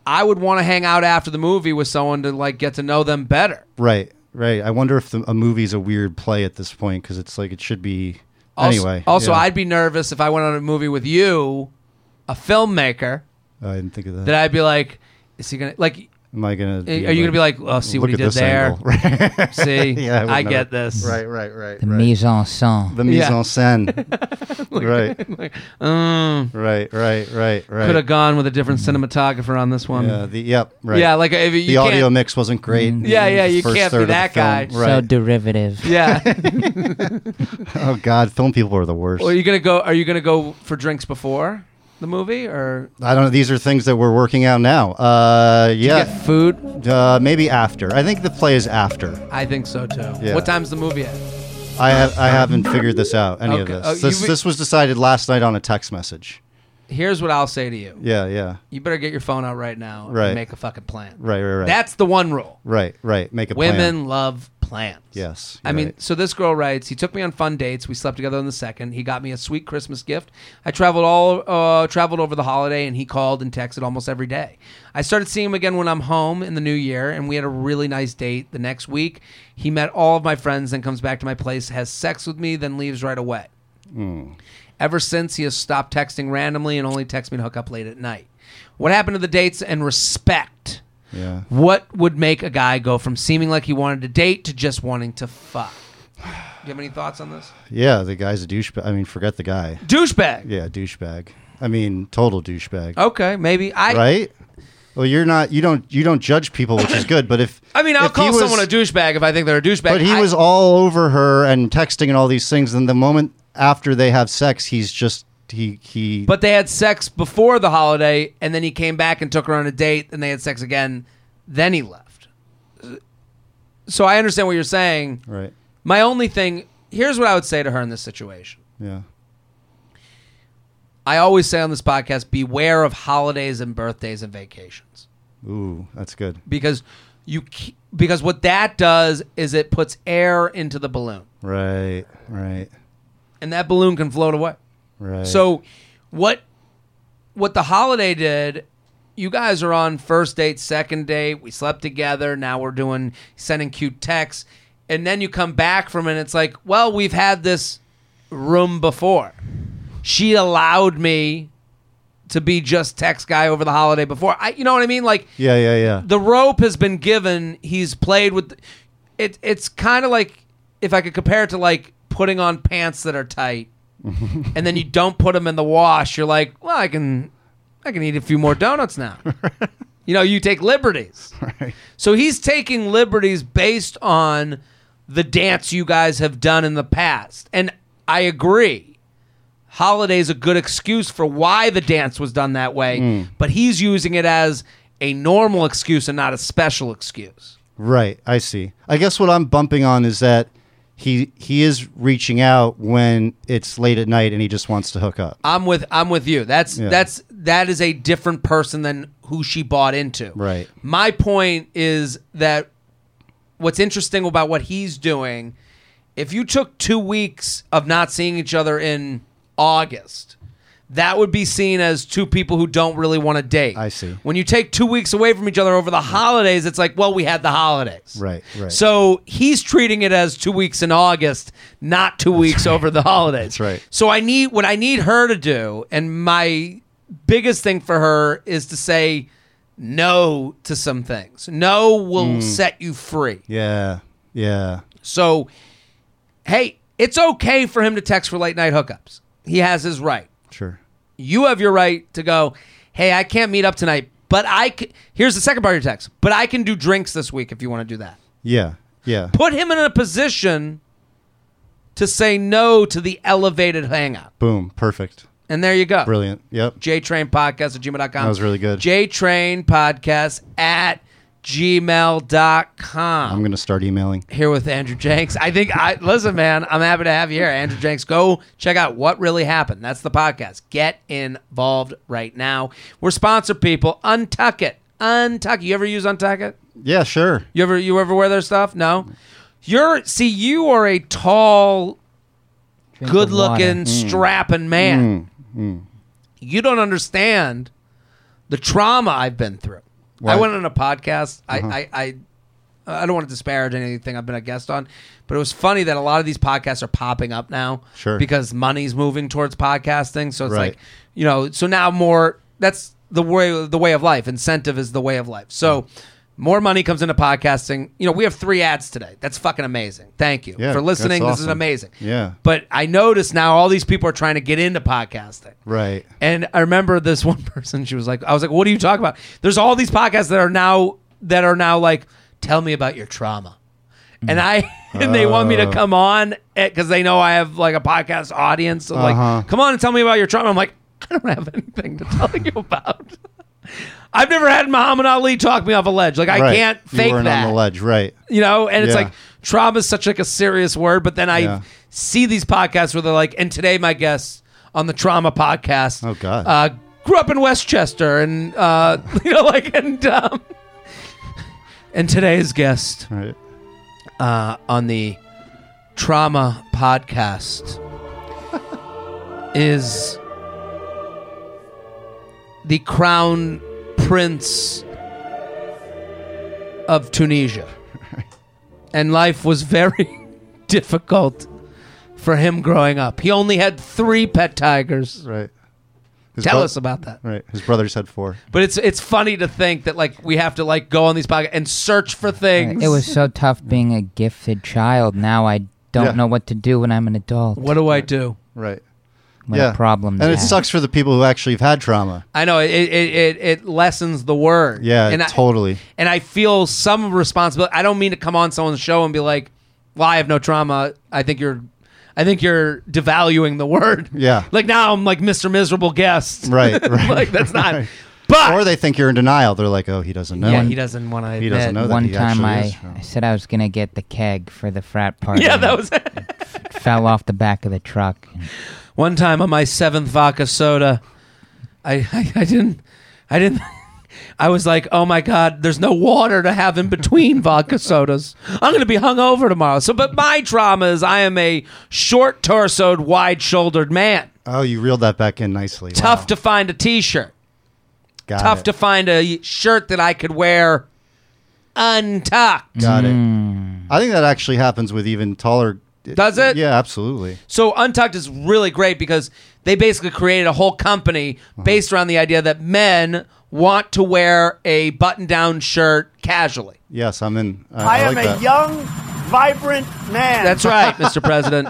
I would want to hang out after the movie with someone to like get to know them better.
right, right. I wonder if the, a movie's a weird play at this point because it's like it should be
Also,
anyway.
also
yeah.
I'd be nervous if I went on a movie with you, a filmmaker,
Oh, I didn't think of that.
that I'd be like, is he gonna like?
Am I gonna?
Are you gonna be like, oh, see what he
look at
did
this
there?
angle? Right.
See,
Yeah, I would
I,
never-
get this.
right, right, right.
The mise en scène.
the mise
Yeah.
en scène. right,
um.
right, right, right, right.
Could have gone with a different cinematographer on this one.
Mm-hmm. Yeah,
Yeah,
the yep, right.
like if you
the audio
can't- Mm-hmm.
mix wasn't great.
Yeah, yeah, you
First
can't be
third of the
that
film.
guy.
So
Right.
derivative.
Yeah.
oh god, film people are the worst.
are you gonna go? Are you gonna go for drinks before the movie, or
I don't know. These are things that we're working out now. Uh,
get
yeah,
food?
uh, maybe after. I think the play is after.
I think so too.
Yeah.
What time's the movie at?
I have I haven't figured this out. Any of
Okay.
this.
Oh,
this
you-
this was decided last night on a text message.
Here's what I'll say to you:
Yeah, yeah.
You better get your phone out right now
Right.
and make a fucking plan.
Right, right, right.
That's the one rule.
right, right. Make a
Women
plan.
love plans.
Yes,
I
you're
mean,
right.
so this girl writes, he took me on fun dates. We slept together on the second. He got me a sweet Christmas gift. I traveled all uh, traveled over the holiday and he called and texted almost every day. I started seeing him again when I'm home in the new year and we had a really nice date the next week. He met all of my friends then comes back to my place, has sex with me, then leaves right away.
Hmm.
Ever since, he has stopped texting randomly and only texts me to hook up late at night. What happened to the dates and respect?
Yeah.
What would make a guy go from seeming like he wanted to date to just wanting to fuck? Do you have any thoughts on this?
Yeah, the guy's a douchebag. I mean, forget the guy.
Douchebag.
Yeah, douchebag. I mean, total douchebag.
Okay, maybe Oh, I.
Right. Well, you're not. You don't. You don't judge people, which is good. But if
I mean, I'll
if he
call
was-
someone a douchebag if I think they're a douchebag.
But he
I-
was all over her and texting and all these things. And the moment after they have sex, he's just he he.
But they had sex before the holiday, and then he came back and took her on a date, and they had sex again. Then he left. So I understand what you're saying.
right.
My only thing here's what I would say to her in this situation.
Yeah.
I always say on this podcast, beware of holidays and birthdays and vacations
Ooh, that's good.
because you ke- because what that does is it puts air into the balloon
Right. Right.
and that balloon can float away.
Right.
So what what the holiday did, you guys are on first date, second date, we slept together, now we're doing sending cute texts, and then you come back from it and it's like, well, we've had this room before. She allowed me to be just text guy over the holiday before. I you know what I mean? Like
Yeah. Yeah. Yeah.
the rope has been given. He's played with it. It's kind of like if I could compare it to like putting on pants that are tight, and then you don't put them in the wash. You're like, well, I can, I can eat a few more donuts now. you know, you take liberties. So he's taking liberties based on the dance you guys have done in the past, and I agree. Holiday's a good excuse for why the dance was done that way, but he's using it as a normal excuse and not a special excuse.
Right, I see. I guess what I'm bumping on is that he he is reaching out when it's late at night and he just wants to hook up.
I'm with I'm with you. That's
Yeah.
that's that is a different person than who she bought into.
Right.
My point is that what's interesting about what he's doing, if you took 2 weeks of not seeing each other in August, that would be seen as two people who don't really want to date.
I see.
When you take 2 weeks away from each other over the holidays, it's like, well, we had the holidays.
Right, right.
So he's treating it as 2 weeks in August, not 2 weeks over the holidays.
That's right.
So I need what I need her to do, and my biggest thing for her is to say no to some things. No will
Hmm.
set you free.
Yeah, yeah,
So hey, it's okay for him to text for late night hookups. He has his right.
sure.
You have your right to go, hey, I can't meet up tonight, but I can, here's the second part of your text. But I can do drinks this week if you want to do that.
Yeah, yeah,
Put him in a position to say no to the elevated hangout.
boom, perfect,
And there you go.
brilliant. Yep,
JTrain Podcast at gmail.com. That
was really good.
JTrain Podcast at gmail.com.
I'm gonna start emailing.
here with Andrew Jenks. I think I listen, man, I'm happy to have you here. Andrew Jenks, go check out what really happened. That's the podcast. Get involved right now. We're sponsor people. Untuck it. Untuck it. You ever use Untuck it?
Yeah, sure.
You ever you ever wear their stuff? No. You're see, you are a tall,
Drink
good
of water. Mm.
looking, strapping man. You don't understand the trauma I've been through. I
Right.
went on a podcast.
Uh-huh.
I, I, I, I don't want to disparage anything I've been a guest on, but it was funny that a lot of these podcasts are popping up now.
Sure.
Because money's moving towards podcasting. So it's
Right.
like, you know, so now more, that's the way, the way of life. Incentive is the way of life.
Mm.
So more money comes into podcasting. You know, we have three ads today. That's fucking amazing. Thank you
Yeah,
for listening.
that's
This is
awesome.
amazing.
Yeah.
But I notice now all these people are trying to get into podcasting.
Right.
And I remember this one person, she was like, I was like, what are you talking about? There's all these podcasts that are now that are now like, tell me about your trauma. And I and they want me to come on because they know I have like a podcast audience. So
Uh-huh.
like, come on and tell me about your trauma. I'm like, I don't have anything to tell you about. I've never had Muhammad Ali talk me off a ledge. Like I
right.
can't
You
fake
weren't
that
on the ledge, right?
you know and it's
Yeah.
like trauma is such like a serious word but then i
Yeah.
see these podcasts where they're like and today my guest on the trauma podcast
Oh, God.
uh, grew up in westchester and uh, you know like and um, and today's guest
Right.
uh, on the trauma podcast is the crown prince of Tunisia. And life was very difficult for him growing up. He only had three pet tigers.
Right. His
Tell
bro-
us about that.
Right. His brothers had four.
But it's it's funny to think that like we have to like go on these podcasts and search for things.
It was so tough being a gifted child. Now I don't
Yeah.
know what to do when I'm an adult.
what do I do?
Right.
What
yeah.
a problem.
And it
that.
sucks for the people who actually have had trauma.
I know it it, it, it lessens the word.
Yeah.
and I-
totally.
and I feel some responsibility. I don't mean to come on someone's show and be like, "Well, I have no trauma." I think you're, I think you're devaluing the word.
Yeah.
Like now I'm like Mr. Miserable Guest.
Right, right,
like that's not. But
or they think you're in denial. They're like, oh, he doesn't know.
yeah,
it.
he doesn't want to.
He doesn't know that
One
he
time
actually
I,
is.
I said I was going to get the keg for the frat party.
Yeah, that was.
fell off the back of the truck.
One time on my seventh vodka soda, I, I, I didn't, I didn't, I was like, oh my God, there's no water to have in between vodka sodas. I'm going to be hungover tomorrow. So, but my trauma is I am a short torsoed, wide shouldered man.
Oh, you reeled that back in nicely.
Tough to find a t shirt,
Got
tough
it.
to find a shirt that I could wear untucked.
Got it. I think that actually happens with even taller.
Hmm. Does it?
Yeah, absolutely.
So Untucked is really great because they basically created a whole company based around the idea that men want to wear a button-down shirt casually.
Yes, I'm in.
I,
I, I
am
like
a
that.
young, vibrant man.
That's right, Mr. President.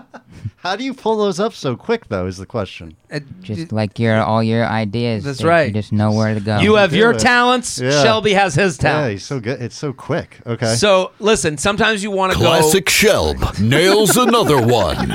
How do you pull those up so quick, though? Is the question.
It-
Just like your all your ideas.
That's
they-
right.
You just know where to go.
you have
do
your
it.
talents.
Yeah.
Shelby has his
Yeah,
talents.
he's so good. It's so quick. Okay.
So listen, sometimes you want to go.
Classic Shelb nails another one.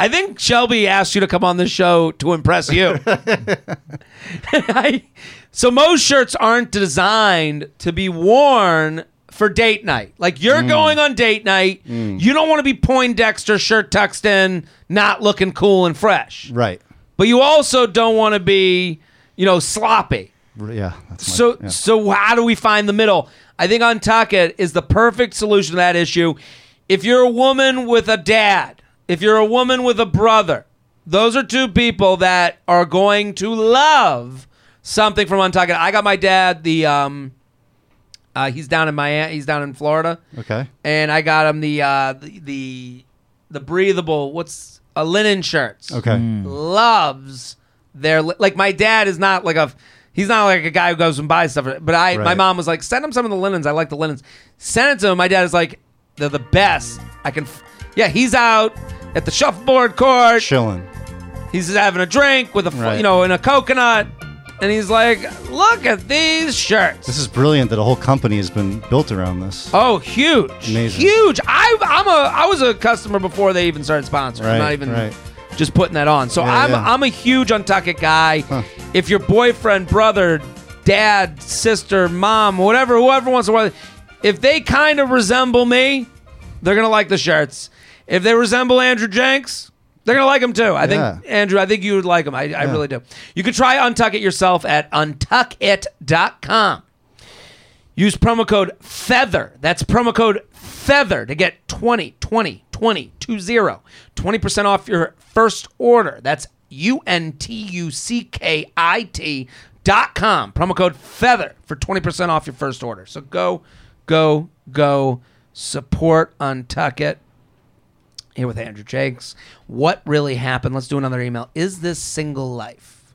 I think Shelby asked you to come on the show to impress you. I- so most shirts aren't designed to be worn for date night. Like you're going on date night, you don't want to be Poindexter shirt tucked in, not looking cool and fresh.
right.
But you also don't want to be, you know, sloppy.
R- Yeah. That's my,
So
yeah.
so how do we find the middle? I think Untuck It is the perfect solution to that issue. If you're a woman with a dad, if you're a woman with a brother, those are two people that are going to love something from Untuck It. I got my dad the um uh, he's down in Miami, he's down in Florida.
Okay.
And I got him the uh the the, the breathable what's a linen shirts
Okay.
loves their li- like my dad is not like a he's not like a guy who goes and buys stuff but i my
Right.
mom was like send him some of the linens i like the linens send it to him my dad is like they're the best i can f-. yeah he's out at the shuffleboard court
Chilling.
he's just having a drink with a f
Right.
you know and a coconut and he's like look at these shirts
This is brilliant that a whole company has been built around this.
Oh, huge!
Amazing.
Huge! I, I'm a I was a customer before they even started sponsoring. I'm
Right,
not even
right.
just putting that on. So
Yeah,
I'm
yeah.
I'm a huge Untuck It guy.
Huh.
If your boyfriend, brother, dad, sister, mom, whatever, whoever wants to wear, if they kind of resemble me, they're gonna like the shirts. If they resemble Andrew Jenks. They're gonna like them too. I think
Yeah.
Andrew. I think you would like them. I, I really do. You can try Untuck It yourself at untuckit.com. Use promo code FEATHER. That's promo code FEATHER to get 20, 20, 20, 20, 20% off your first order. That's U N T U C K I T dot com. Promo code FEATHER for 20% off your first order. So go, go, go support Untuck It. Here with Andrew Jakes. What really happened? Let's do another email. Is this single life?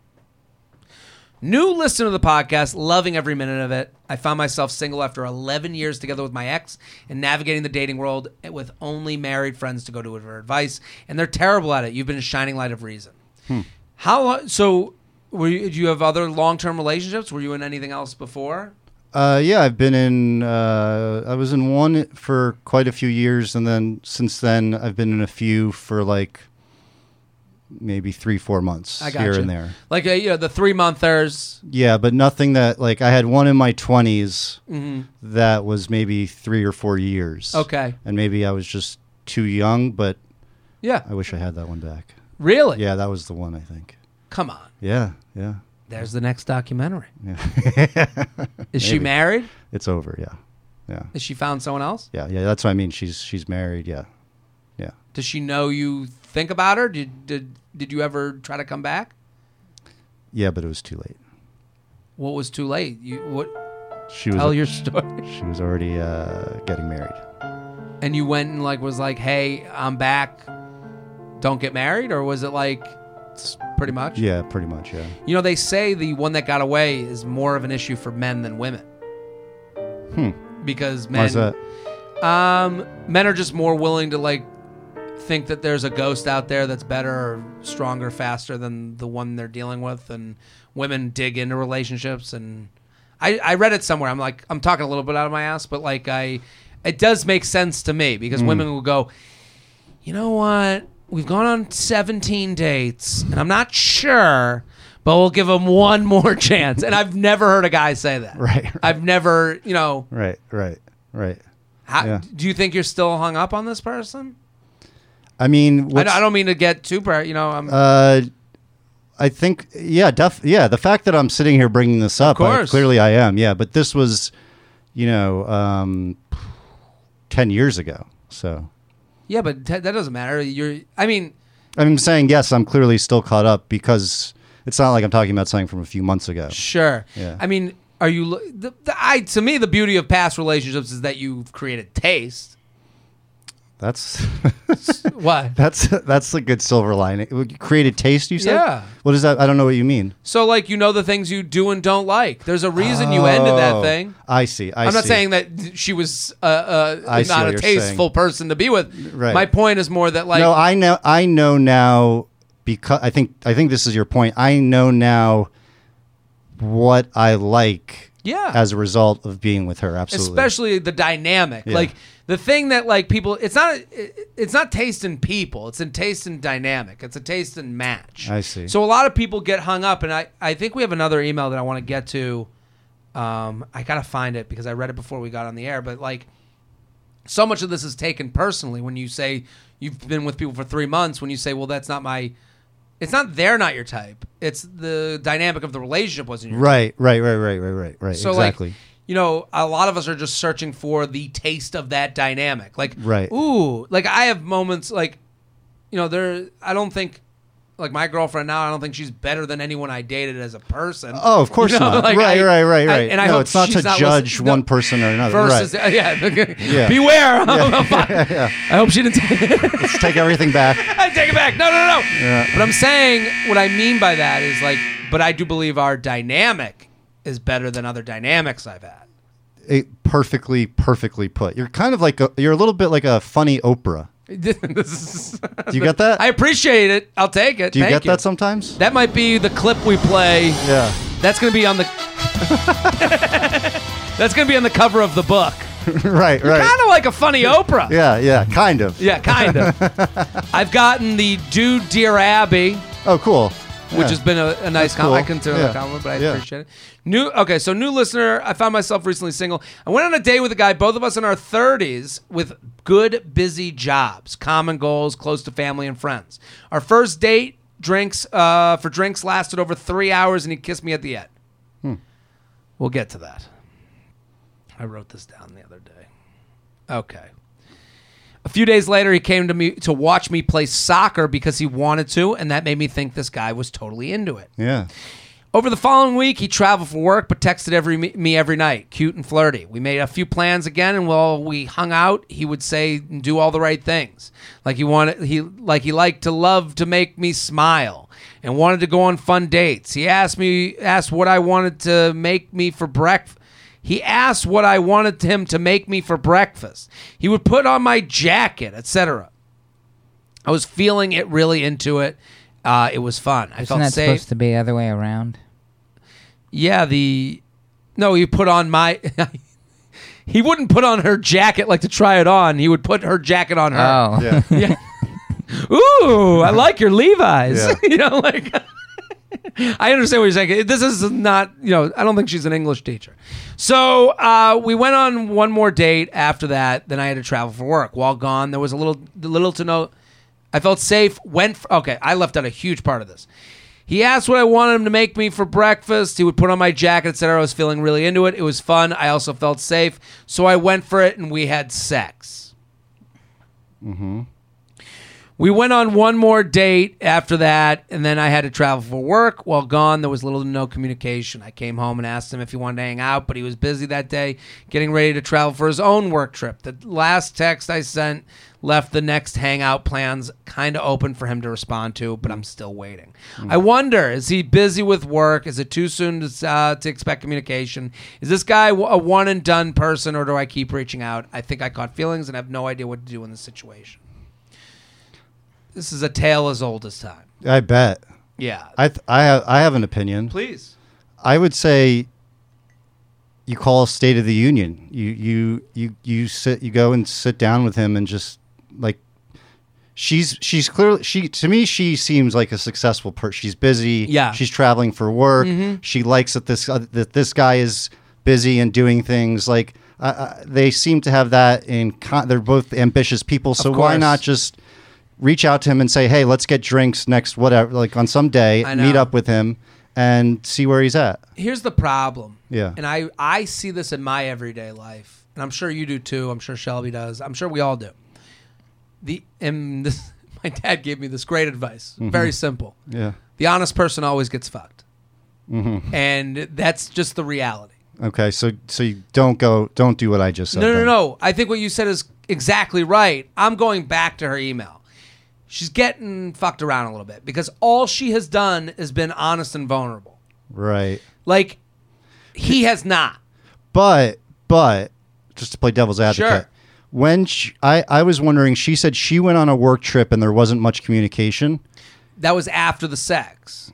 New listener to the podcast, loving every minute of it. I found myself single after 11 years together with my ex and navigating the dating world with only married friends to go to for advice, and they're terrible at it. You've been a shining light of reason.
Hmm.
How long? So, were you, do you have other long term relationships? Were you in anything else before?
Uh, yeah, I've been in. Uh, I was in one for quite a few years, and then since then, I've been in a few for like maybe three, four months
I got
here
you.
and there.
Like uh, you know, the three monthers.
Yeah, but nothing that like I had one in my 20s that was maybe three or four years.
Mm-hmm. Okay.
and maybe I was just too young, but
Yeah.
I wish I had that one back.
Really?
Yeah, that was the one I think.
Come on.
Yeah, yeah,
There's the next documentary. Is she married?
it's over. Yeah, yeah,
Has she found someone else?
yeah, yeah. That's what I mean. She's she's married. Yeah, yeah.
Does she know you think about her? Did did did you ever try to come back?
Yeah, but it was too late.
What was too late? You what?
She was
Tell your story.
she was already uh, getting married.
And you went and like was like, "Hey, I'm back. Don't get married," or was it like, s- pretty much?
Yeah, pretty much. Yeah.
You know, they say the one that got away is more of an issue for men than women. Hmm. Because men,
Why's that?
um, men are just more willing to like think that there's a ghost out there that's better or stronger, faster than the one they're dealing with, and women dig into relationships. And I, I read it somewhere. I'm like, I'm talking a little bit out of my ass, but like, I, it does make sense to me
Mm.
because women will go, you know what? We've gone on 17 dates, and I'm not sure, but we'll give them one more chance. And I've never heard a guy say that.
Right, right.
I've never, you know.
Right. Right. Right.
How,
Yeah.
Do you think you're still hung up on this person?
I mean,
I
what's-
don't, I don't mean to get too, pri- you know, I'm,
Uh, I think, yeah, def- yeah. The fact that I'm sitting here bringing this up, I-
course.
clearly I am, yeah. But this was, you know, um, ten years ago. So
yeah, but t- that doesn't matter. You're, I mean,
I'm saying yes, I'm clearly still caught up because it's not like I'm talking about something from a few months ago.
sure.
Yeah.
I mean, are you? lo- The, the, I to me, the beauty of past relationships is that you've created taste.
That's
What?
that's that's a good silver lining. Created taste, you said.
Yeah.
What is that? I don't know what you mean.
So like you know the things you do and don't like. There's a reason you ended that
Oh,
thing.
I see. I
I'm not
see.
saying that she was uh,
I
uh,
see
not
what
a
you're
tasteful
saying.
person to be with.
Right.
My point is more that like
no, I know. I know now because I think I think this is your point. I know now what I like.
Yeah.
As a result of being with her, absolutely.
especially the dynamic
Yeah.
like the thing that like people it's not it- it's not taste in people it's in taste in dynamic it's a taste in match
I see.
so a lot of people get hung up and i i think we have another email that i want to get to um i gotta find it because i read it before we got on the air but like so much of this is taken personally when you say you've been with people for three months when you say well that's not my it's not they're not your type it's the dynamic of the relationship wasn't your
Right. Right. Right. Right. Right. Right. Right.
so
exactly.
like, you know, a lot of us are just searching for the taste of that dynamic. Like,
Right.
ooh, like I have moments like, you know, there. I don't think, like my girlfriend now, I don't think she's better than anyone I dated as a person.
Oh, of course
You know,
not.
like,
right,
I-
right, right,
I-
right.
and I
no,
hope
it's not to
she's not
judge
listening- no,
one person or another.
Versus,
right.
yeah,
Yeah.
beware. I hope she didn't.
Let's take everything back.
I take it back. No, no, no. But I'm saying what I mean by that is like, but I do believe our dynamic is better than other dynamics I've had.
It perfectly, perfectly put. You're kind of like a, you're a little bit like a funny Oprah.
This is.
Do you get that?
I appreciate it. I'll take it.
Do you
Thank
get that sometimes?
That might be the clip we play.
Yeah.
That's gonna be on the. That's gonna be on the cover of the book.
right. Right.
Kind of like a funny Oprah.
yeah. Yeah. Kind of.
Yeah, kind of. I've gotten the Dude Dear Abby,
Oh, cool.
which
Yeah.
has been a, a nice
cool.
compliment. I consider it
Yeah.
a compliment, but I
Yeah.
appreciate it. New okay, so new listener. I found myself recently single. I went on a date with a guy, both of us in our thirties, with good, busy jobs, common goals, close to family and friends. Our first date drinks uh, for drinks lasted over three hours, and he kissed me at the end.
Hmm.
We'll get to that. I wrote this down the other day. Okay. A few days later, he came to me to watch me play soccer because he wanted to, and that made me think this guy was totally into it.
Yeah.
Over the following week, he traveled for work, but texted every me every night, cute and flirty. We made a few plans again, and while we hung out, he would say and do all the right things, like he wanted he like he liked to love to make me smile, and wanted to go on fun dates. He asked me asked what I wanted to make me for breakfast. He asked what I wanted him to make me for breakfast. He would put on my jacket, etc. I was feeling it, really into it. Uh, it was fun. I
Isn't
felt
that
safe.
supposed to be the other way around?
Yeah, the no, he put on my. he wouldn't put on her jacket like to try it on. He would put her jacket on her.
Oh,
Yeah.
Yeah. Ooh, I like your Levi's.
Yeah.
you know, like I understand what you're saying. This is not, you know, I don't think she's an English teacher. So uh, we went on one more date after that. Then I had to travel for work. While gone, there was a little, little to no. I felt safe. Went f okay. I left out a huge part of this. He asked what I wanted him to make me for breakfast. He would put on my jacket, etc. I was feeling really into it. It was fun. I also felt safe, so I went for it, and we had sex. We went on one more date after that, and then I had to travel for work. While gone, there was little to no communication. I came home and asked him if he wanted to hang out, but he was busy that day, getting ready to travel for his own work trip. The last text I sent left the next hangout plans kind of open for him to respond to, but I'm still waiting. I wonder is he busy with work? Is it too soon to, uh, to expect communication? Is this guy w- a one and done person, or do I keep reaching out? I think I caught feelings and have no idea what to do in this situation. This is a tale as old as time.
I bet.
Yeah.
I th- I have I have an opinion.
Please.
I would say you call State of the Union. You you you you sit you go and sit down with him and just like she's she's clearly she to me she seems like a successful person. She's busy.
Yeah. Mm-hmm.
she's traveling for work. She likes that this uh, that this guy is busy and doing things like. Uh, uh, they seem to have that in. Con- they're both ambitious people, so why
course.
not just reach out to him and say, "Hey, let's get drinks next whatever, like on some day,
I
meet
know.
up with him and see where he's at."
here's the problem.
Yeah.
And I I see this in my everyday life, and I'm sure you do too. I'm sure Shelby does. I'm sure we all do. The and this, my dad gave me this great advice. Very simple.
Mm-hmm. Yeah. Mm-hmm.
The honest person always gets fucked, and that's just the reality.
Okay, so so you don't go, don't do what I just said.
No, no,
then.
no. I think what you said is exactly right. I'm going back to her email. She's getting fucked around a little bit because all she has done has been honest and vulnerable.
Right,
Like he has not.
but but just to play devil's advocate,
Sure.
when she, I I was wondering, she said she went on a work trip and there wasn't much communication.
That was after the sex.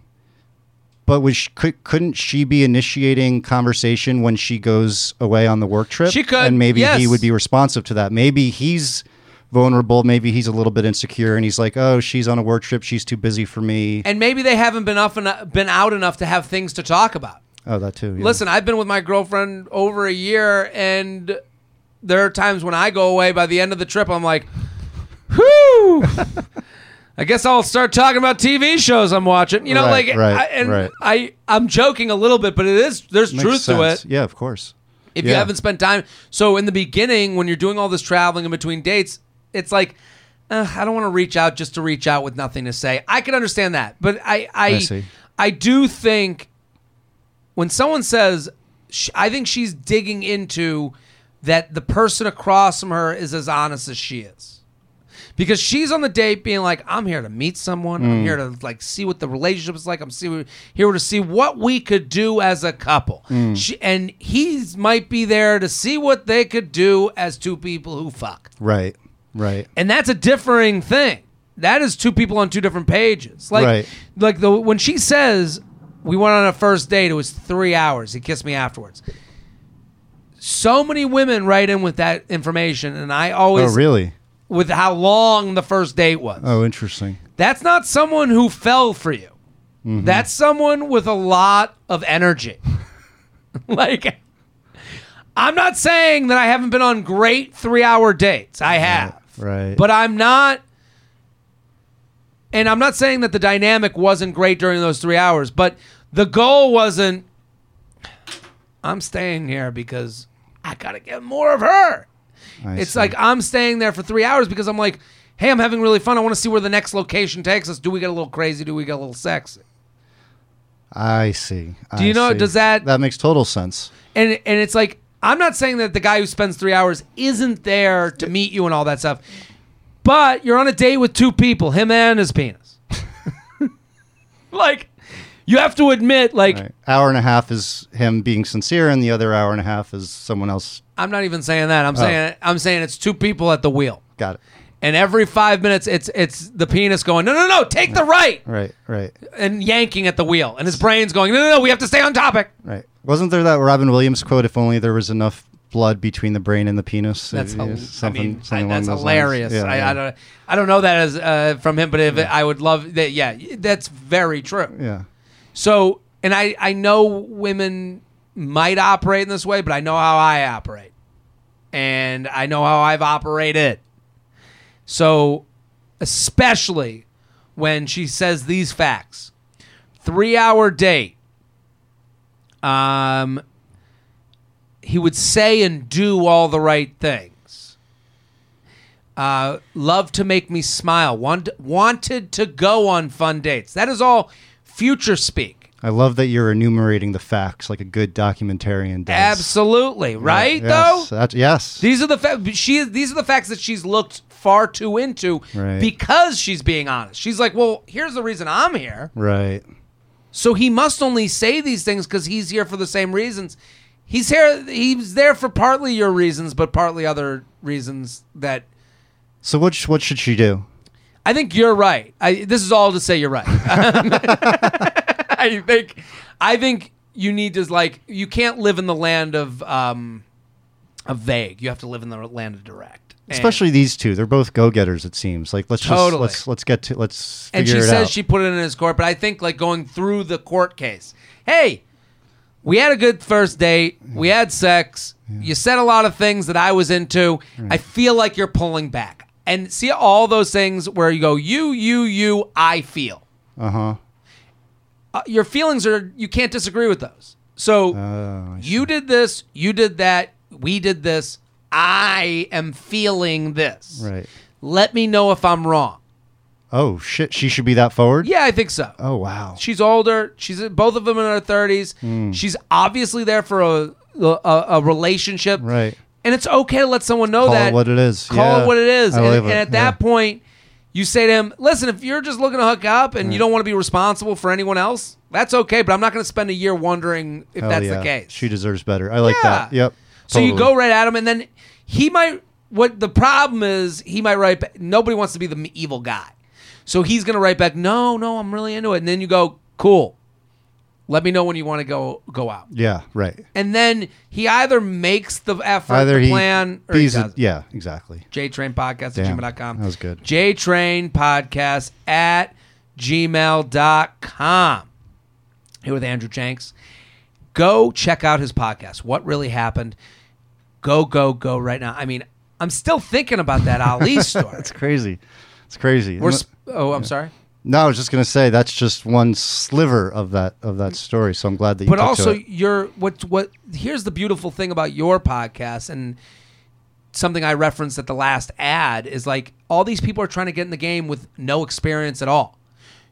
But was she, could, couldn't she be initiating conversation when she goes away on the work trip?
She could,
and maybe
yes.
he would be responsive to that. Maybe he's vulnerable. Maybe he's a little bit insecure, and he's like, "Oh, she's on a work trip. She's too busy for me."
And maybe they haven't been up enough, been out enough to have things to talk about.
oh, that too. yeah.
Listen, I've been with my girlfriend over a year, and there are times when I go away. By the end of the trip, I'm like, "Whew, I guess I'll start talking about TV shows I'm watching." You know,
Right,
like,
right,
I, and
right.
I, I'm joking a little bit, but it is there's
Makes
truth to
sense.
it.
Yeah, of course.
If you
Yeah.
haven't spent time, so in the beginning, when you're doing all this traveling in between dates, it's like. Uh, I don't want to reach out just to reach out with nothing to say. I can understand that, but I, I,
I see.
I do think when someone says, sh- I think she's digging into that the person across from her is as honest as she is. Because she's on the date being like, I'm here to meet someone. I'm here to like see what the relationship is like. I'm see, here to see what we could do as a couple. She, and he's might be there to see what they could do as two people who fuck.
Right, right.
And that's a differing thing. That is two people on two different pages. Like
Right.
like the when she says we went on a first date, it was three hours. He kissed me afterwards. So many women write in with that information, and I always
Oh, really?
with how long the first date was.
Oh, interesting.
That's not someone who fell for you. That's someone with a lot of energy. like, I'm not saying that I haven't been on great three hour dates. I have.
right.
But I'm not. And I'm not saying that the dynamic wasn't great during those three hours, but the goal wasn't, I'm staying here because I got to get more of her
I
it's
see.
like I'm staying there for three hours because I'm like, hey, I'm having really fun. I want to see where the next location takes us. Do we get a little crazy? Do we get a little sexy?
I see.
Do you
I
know-
see.
does that-
that makes total sense?
And and it's like I'm not saying that the guy who spends three hours isn't there to meet you and all that stuff, but you're on a date with two people, him and his penis. like, you have to admit, like,
Right. Hour and a half is him being sincere, and the other hour and a half is someone else.
I'm not even saying that. I'm saying I'm saying it's two people at the wheel.
Got it.
And every five minutes, it's it's the penis going, no, no, no, take the right.
Right, right,
and yanking at the wheel, and his brain's going, no, no, no, we have to stay on topic.
right. Wasn't there that Robin Williams quote? If only there was enough blood between the brain and the penis.
That's
It-
hil-
it's
I
something-
mean, I,
something along
that's
those lines.
hilarious.
Yeah,
I,
yeah.
I don't, I don't know that as uh, from him, but if I would love that. Yeah, that's very true.
Yeah,
So, and I, I know women might operate in this way, but I know how I operate, and I know how I've operated. So, especially when she says these facts, three hour date. Um, he would say and do all the right things. Uh, love to make me smile. Want, wanted to go on fun dates. That is all future speak.
I love that you're enumerating the facts like a good documentarian does.
Absolutely right, though.
Yes, Uh, that- yes.
These are the fa- she is, these are the facts that she's looked far too into
Right.
because she's being honest. She's like, well, here's the reason I'm here.
right.
So he must only say these things because he's here for the same reasons. He's here. He's there for partly your reasons, but partly other reasons that
So what? sh- What should she do?
I think you're right. I, this is all to say you're right. I think I think you need to like you can't live in the land of um of vague. You have to live in the land of direct. And-
Especially these two. They're both go-getters. It seems like let's just
Totally.
let's let's get to let's
and
figure
she
it
says
out.
she put it in his court, but I think like going through the court case. Hey, we had a good first date. We had sex. You said a lot of things that I was into. I feel like you're pulling back. and see all those things where you go you you you I feel.
Uh-huh.
Uh huh. your feelings are you can't disagree with those. So
Oh,
you did this, you did that, we did this. I am feeling this.
Right.
Let me know if I'm wrong.
Oh shit, she should be that forward.
Yeah, I think so.
Oh wow. Hmm.
She's older. She's both of them in her thirties. She's obviously there for a, a a relationship,
Right.
And it's okay to let someone know
Call
that
it what it is.
Call
Yeah.
it what it is.
I
And,
believe
and
it.
at
Yeah.
that point, you say to him, "Listen, if you're just looking to hook up and you don't want to be responsible for anyone else, that's okay. But I'm not going to spend a year wondering if
Hell
that's
yeah.
the case.
She deserves better. I like
Yeah.
that. Yep.
So you
Totally.
go right at him, and then he might. What the problem is, he might write. Back, nobody wants to be the m- evil guy, so he's gonna write back. No, no, I'm really into it. And then you go, cool. Let me know when you want to go go out.
Yeah. Right.
And then he either makes the effort,
Either
the
he
plan, or he
he's a-
doesn't.
yeah. Exactly.
JTrain Podcast at
Damn,
gmail.com.
that was good.
JTrain Podcast at gmail.com. Here with Andrew Jenks. Go check out his podcast. What really happened? Go, go, go right now. I mean, I'm still thinking about that Ali story.
It's crazy. It's crazy.
We're sp- oh, I'm sorry.
no, I was just gonna say that's just one sliver of that of that story. So I'm glad that you.
but
took to
also
it.
your what what here's the beautiful thing about your podcast and something i referenced at the last ad is like all these people are trying to get in the game with no experience at all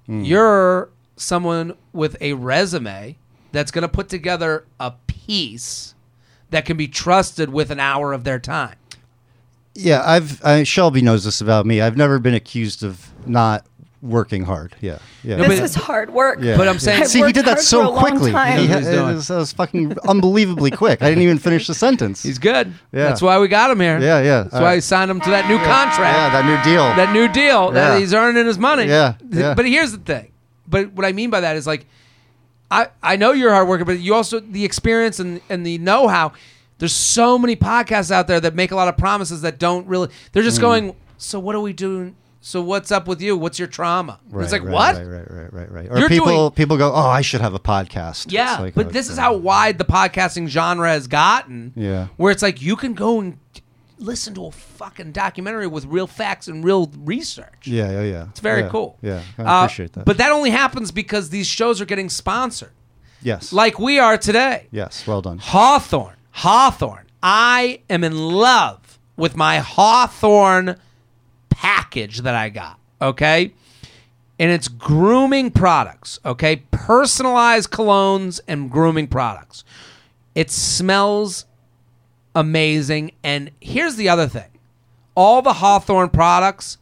Hmm.
you're someone with a resume that's going to put together a piece that can be trusted with an hour of their time
Yeah, I've I, Shelby knows this about me. I've never been accused of not working hard. Yeah, yeah.
No,
This
but-
was hard work.
yeah.
but I'm saying-
I've
see, he
worked
did
hard
that
for a
so
long
quickly.
time.
He
He-
knows what he's
it
doing.
was, that was fucking unbelievably quick. I didn't even finish the sentence.
he's good
Yeah.
that's why we got him here
Yeah, yeah.
that's
All
why
right.
we signed him to that new contract
yeah, that new deal.
that new deal
Yeah.
that he's earning his money.
Yeah,
Th-
yeah.
But here's the thing. But what I mean by that is like, I I know you're a hard worker, but you also the experience and and the know how. There's so many podcasts out there that make a lot of promises that don't really. They're
Mm.
just going. So what are we doing? So what's up with you? What's your trauma? And it's like
right,
what?
Right, right, right, right, right. Or
You're
people
doing-
people go, "Oh, I should have a podcast."
Yeah,
It's like,
but
oh,
this is
yeah.
how wide the podcasting genre has gotten.
Yeah.
where it's like you can go and listen to a fucking documentary with real facts and real research.
Yeah, yeah, yeah.
It's very cool.
Yeah, I
Uh,
appreciate that.
But that only happens because these shows are getting sponsored,
yes,
like we are today.
yes, well done.
Hawthorne. Hawthorne. I am in love with my Hawthorne package that I got. Okay. And it's grooming products. Okay. Personalized colognes and grooming products. It smells amazing. And here's the other thing all the Hawthorne products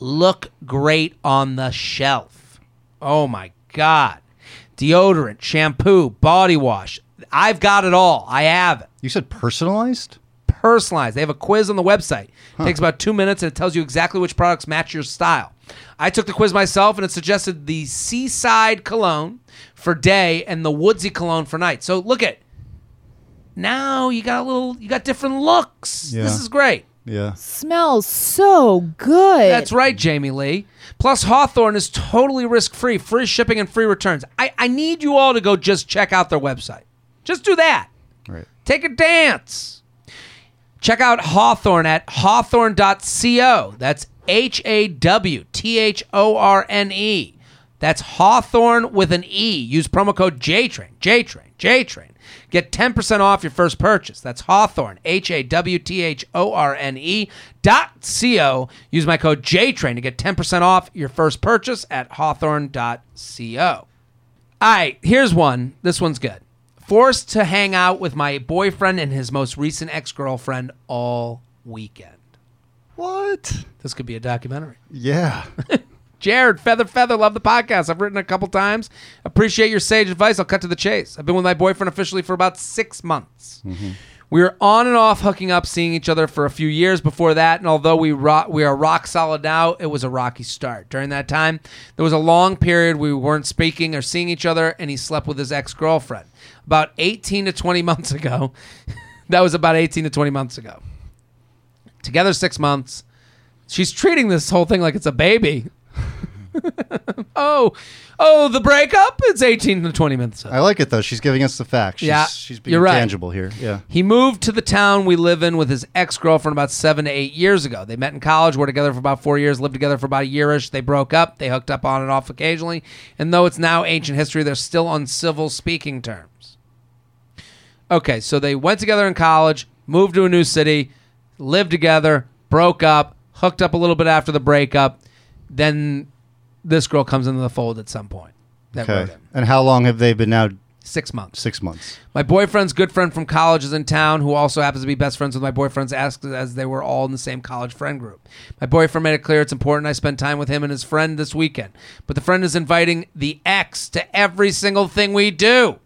look great on the shelf. Oh my God. Deodorant, shampoo, body wash. I've got it all. I have it
You said personalized.
personalized. They have a quiz on the website. It takes about two minutes and it tells you exactly which products match your style. I took the quiz myself and it suggested the Seaside Cologne for day and the Woodsy Cologne for night. So look at now you got a little, you got different looks.
Yeah.
This is great.
Yeah.
Smells so good.
That's right, Jamie Lee. Plus, Hawthorne is totally risk free, free shipping and free returns. I, I need you all to go just check out their website. Just do that.
Right.
Take a dance. Check out Hawthorne at hawthorne.co. That's H A W T H O R N E. That's Hawthorne with an E. Use promo code JTRAIN, JTRAIN, JTRAIN. Get 10% off your first purchase. That's Hawthorne, H A W T H O R N E dot co. Use my code JTRAIN to get 10% off your first purchase at hawthorne.co. All right, here's one. This one's good. Forced to hang out with my boyfriend and his most recent ex girlfriend all weekend.
What?
This could be a documentary.
Yeah.
Jared, Feather Feather, love the podcast. I've written a couple times. Appreciate your sage advice. I'll cut to the chase. I've been with my boyfriend officially for about six months. We were on and off hooking up, seeing each other for a few years before that, and although we ro- we are rock solid now, it was a rocky start. During that time, there was a long period we weren't speaking or seeing each other, and he slept with his ex girlfriend. About 18 to 20 months ago, that was about 18 to 20 months ago. Together six months. She's treating this whole thing like it's a baby. oh, oh, the breakup. It's eighteen to twenty minutes. up.
I like it though. She's giving us the facts. She's,
Yeah,
she's being
you're right.
tangible here. Yeah.
He moved to the town we live in with his ex girlfriend about seven to eight years ago. They met in college, were together for about four years, lived together for about a yearish. They broke up. They hooked up on and off occasionally. And though it's now ancient history, they're still on civil speaking terms. Okay, so they went together in college, moved to a new city, lived together, broke up, hooked up a little bit after the breakup. Then this girl comes into the fold at some point. That wrote
Okay.
him.
And how long have they been now?
Six months.
Six months.
My boyfriend's good friend from college is in town, who also happens to be best friends with my boyfriend's ex, as they were all in the same college friend group. My boyfriend made it clear it's important I spend time with him and his friend this weekend, but the friend is inviting the ex to every single thing we do.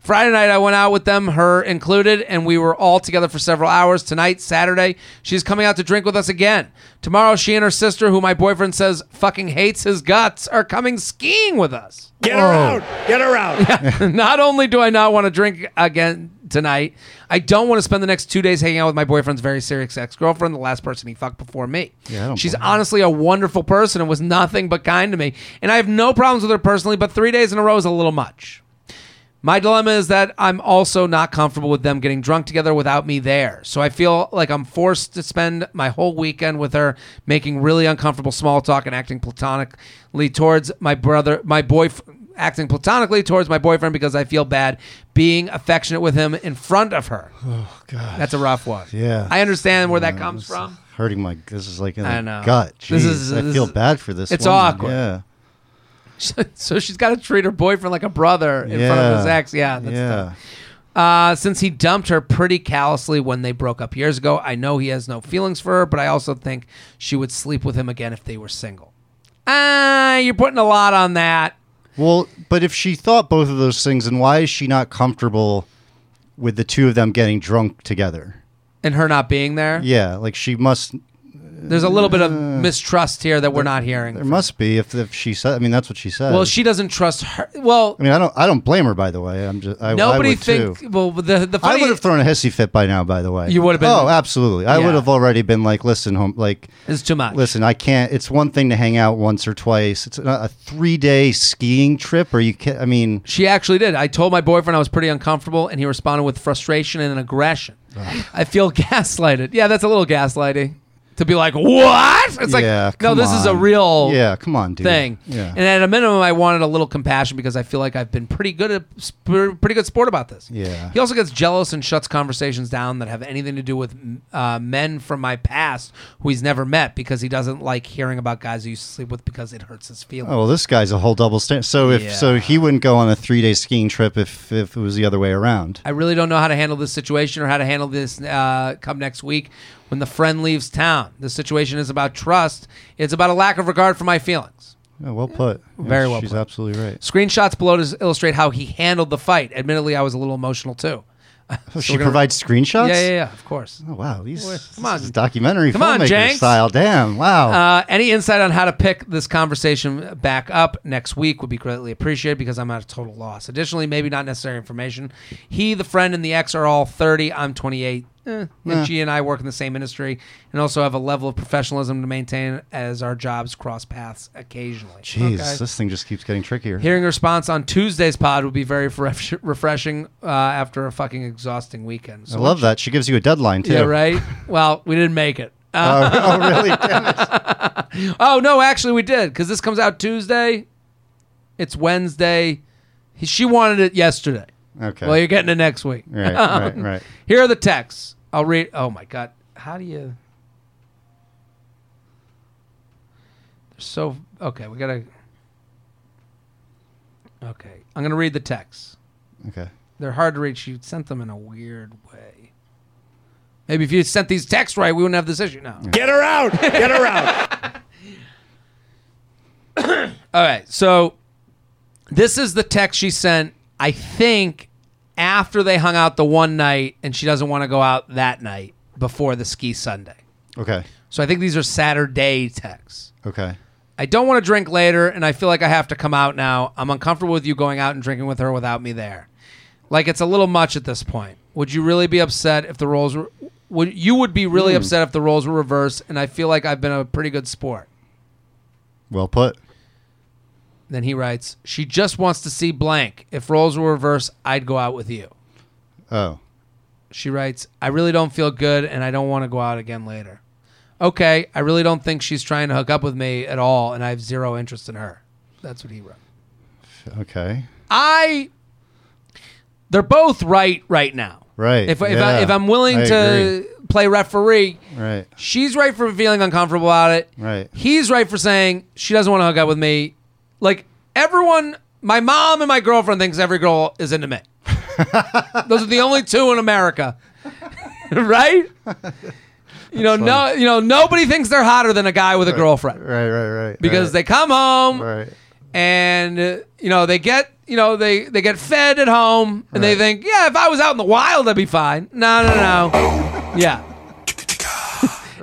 Friday night, I went out with them, her included, and we were all together for several hours. Tonight, Saturday, she's coming out to drink with us again. Tomorrow, she and her sister, who my boyfriend says fucking hates his guts, are coming skiing with us.
Get her out. Get her out.
Not only do I not want to drink again tonight, I don't want to spend the next two days hanging out with my boyfriend's very serious ex girlfriend, the last person he fucked before me.
Yeah, I don't
She's
blame
honestly a wonderful person and was nothing but kind to me. And I have no problems with her personally, but three days in a row is a little much. My dilemma is that I'm also not comfortable with them getting drunk together without me there. So I feel like I'm forced to spend my whole weekend with her making really uncomfortable small talk and acting platonically towards my brother, my boyfriend, acting platonically towards my boyfriend because I feel bad being affectionate with him in front of her. Oh god. That's a rough one.
Yeah.
I understand where that comes
This is
from.
Hurting my. This is like in
I
the
know.
gut.
This
Jeez,
is-
I
this
feel
is-
bad for this.
it's
woman.
awkward.
Yeah.
so she's got to treat her boyfriend like a brother in front of his
Yeah.
ex. Yeah, that's
yeah.
tough. Uh, since he dumped her pretty callously when they broke up years ago, I know he has no feelings for her, but I also think she would sleep with him again if they were single. Ah, you're putting a lot on that.
Well, but if she thought both of those things, then why is she not comfortable with the two of them getting drunk together?
And her not being there.
Yeah, like she must.
There's a little bit of mistrust here that we're not hearing.
There must be if, if she said. I mean, that's what she said.
well, she doesn't trust her. Well,
I mean, I don't. I don't blame her. By the way, I'm just. I, I
nobody
would
think.
too.
Well, the the
I
funny
would have thrown a hissy fit by now. By the way,
You would have been-
Oh, absolutely. I
Yeah.
would have already been like, listen, home, like,
is too much.
listen. I can't. It's one thing to hang out once or twice. It's a, a three day skiing trip, or you can not I mean,
She actually did. I told my boyfriend I was pretty uncomfortable, and he responded with frustration and aggression. I feel gaslighted. Yeah, that's a little gaslighting. To be like, what? It's
yeah.
like, no,
come
this is a
on.
real
Yeah, come on, dude.
thing.
Yeah.
And at a minimum, I wanted a little compassion because I feel like I've been pretty good at sp- pretty good sport about this.
Yeah.
He also gets jealous and shuts conversations down that have anything to do with uh, men from my past who he's never met because he doesn't like hearing about guys he used to sleep with because it hurts his feelings.
Oh, well, this guy's a whole double standard. So if so, he wouldn't go on a three day skiing trip if if it was the other way around.
I really don't know how to handle this situation or how to handle this uh, come next week when the friend leaves town. The situation is about trust. It's about a lack of regard for my feelings.
Yeah, Oh, well put. Yeah,
Very well
She's
put.
absolutely right.
Screenshots below to illustrate how he handled the fight. Admittedly, I was a little emotional too.
she provides screenshots.
Oh, Yeah, yeah, yeah. Of course.
Oh, wow, these
Come
come
on.
on, documentary
Come on,
filmmaker
Jenks.
style. Damn, wow.
Uh, any insight on how to pick this conversation back up next week would be greatly appreciated because I'm at a total loss. Additionally, maybe not necessary information. He, the friend, and the ex are all 30. I'm 28. Eh, And she and I work in the same industry and also have a level of professionalism to maintain as our jobs cross paths occasionally.
Jeez,
Okay.
this thing just keeps getting trickier.
Hearing a response on Tuesday's pod would be very fresh- refreshing uh, after a fucking exhausting weekend.
I
So
love that. She gives you a deadline too.
Yeah, right? well, we didn't make it. Uh,
Oh, oh, really? Damn it.
Oh no, actually we did because this comes out Tuesday. It's Wednesday. He- She wanted it yesterday.
Okay.
Well, you're getting it next week.
right, right, right.
Here are the texts. I'll read. Oh my god, how do you? They're so okay. We gotta. Okay, I'm gonna read the texts.
Okay.
They're hard to read. She sent them in a weird way. Maybe if you sent these texts right, we wouldn't have this issue now.
Get her out. Get her out.
All right. So this is the text she sent, I think, after they hung out the one night and she doesn't want to go out that night before the ski Sunday.
Okay.
So I think these are Saturday texts.
Okay.
I don't want to drink later and I feel like I have to come out now. I'm uncomfortable with you going out and drinking with her without me there. Like it's a little much at this point. Would you really be upset if the roles were would you would be really upset if the roles were reversed and I feel like I've been a pretty good sport.
Well put.
Then he writes, "She just wants to see blank. If roles were reversed, I'd go out with you."
Oh,
She writes, "I really don't feel good, and I don't want to go out again later." Okay, I really don't think she's trying to hook up with me at all, and I have zero interest in her. That's what he wrote.
okay.
I they're both right right now.
Right,
If, if, I,
yeah.
if I'm willing
I
to play referee,
Right.
she's right for feeling uncomfortable about it.
Right.
He's right for saying she doesn't want to hook up with me. Like everyone, my mom and my girlfriend thinks every girl is into me. Those are the only two in America, right? You know, no, you know, nobody thinks they're hotter than a guy with a girlfriend
Right, right, right.
because
right,
they come home
Right.
and uh, you know they get you know they they get fed at home and they
Right.
think yeah if i was out in the wild i'd be fine no no no yeah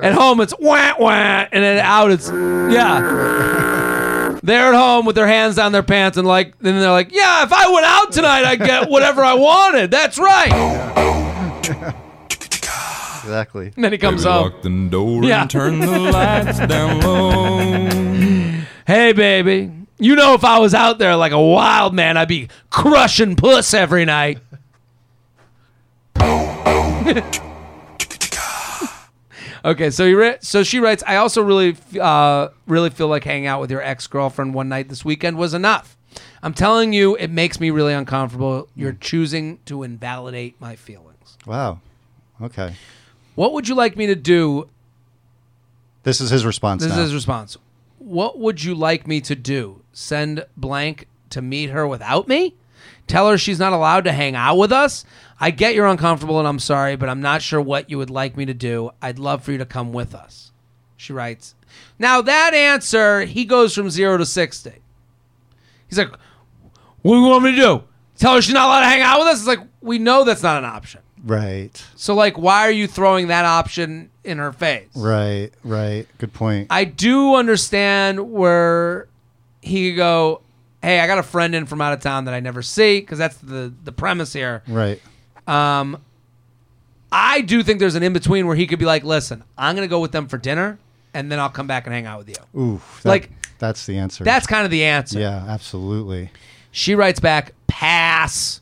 at home it's wah wah and then out it's yeah they're at home with their hands down their pants and like then they're like yeah if i went out tonight i'd get whatever i wanted that's right
Exactly.
and then he comes
Baby,
home
Lock the door
Yeah.
and turn the lights down low.
hey baby you know if i was out there like a wild man i'd be crushing puss every night okay so he re- so she writes i also really f- uh, really feel like hanging out with your ex-girlfriend one night this weekend was enough i'm telling you it makes me really uncomfortable you're choosing to invalidate my feelings
Wow. Okay.
what would you like me to do
This is his response
This
now.
is his response. What would you like me to do? Send blank to meet her without me? Tell her she's not allowed to hang out with us? I get you're uncomfortable and I'm sorry, but I'm not sure what you would like me to do. I'd love for you to come with us. She writes. Now that answer, he goes from 0 to 60. He's like, "What do you want me to do? Tell her she's not allowed to hang out with us?" It's like, "We know that's not an option."
right.
So like, why are you throwing that option in her face?
Right. Right. Good point.
I do understand where he could go, hey, I got a friend in from out of town that I never see, because that's the, the premise here.
right.
I do think there's an in between where he could be like, listen, I'm going to go with them for dinner, and then I'll come back and hang out with you.
Oof. that-
Like-
that's the answer.
That's kind of the answer.
yeah. Absolutely.
She writes back, pass.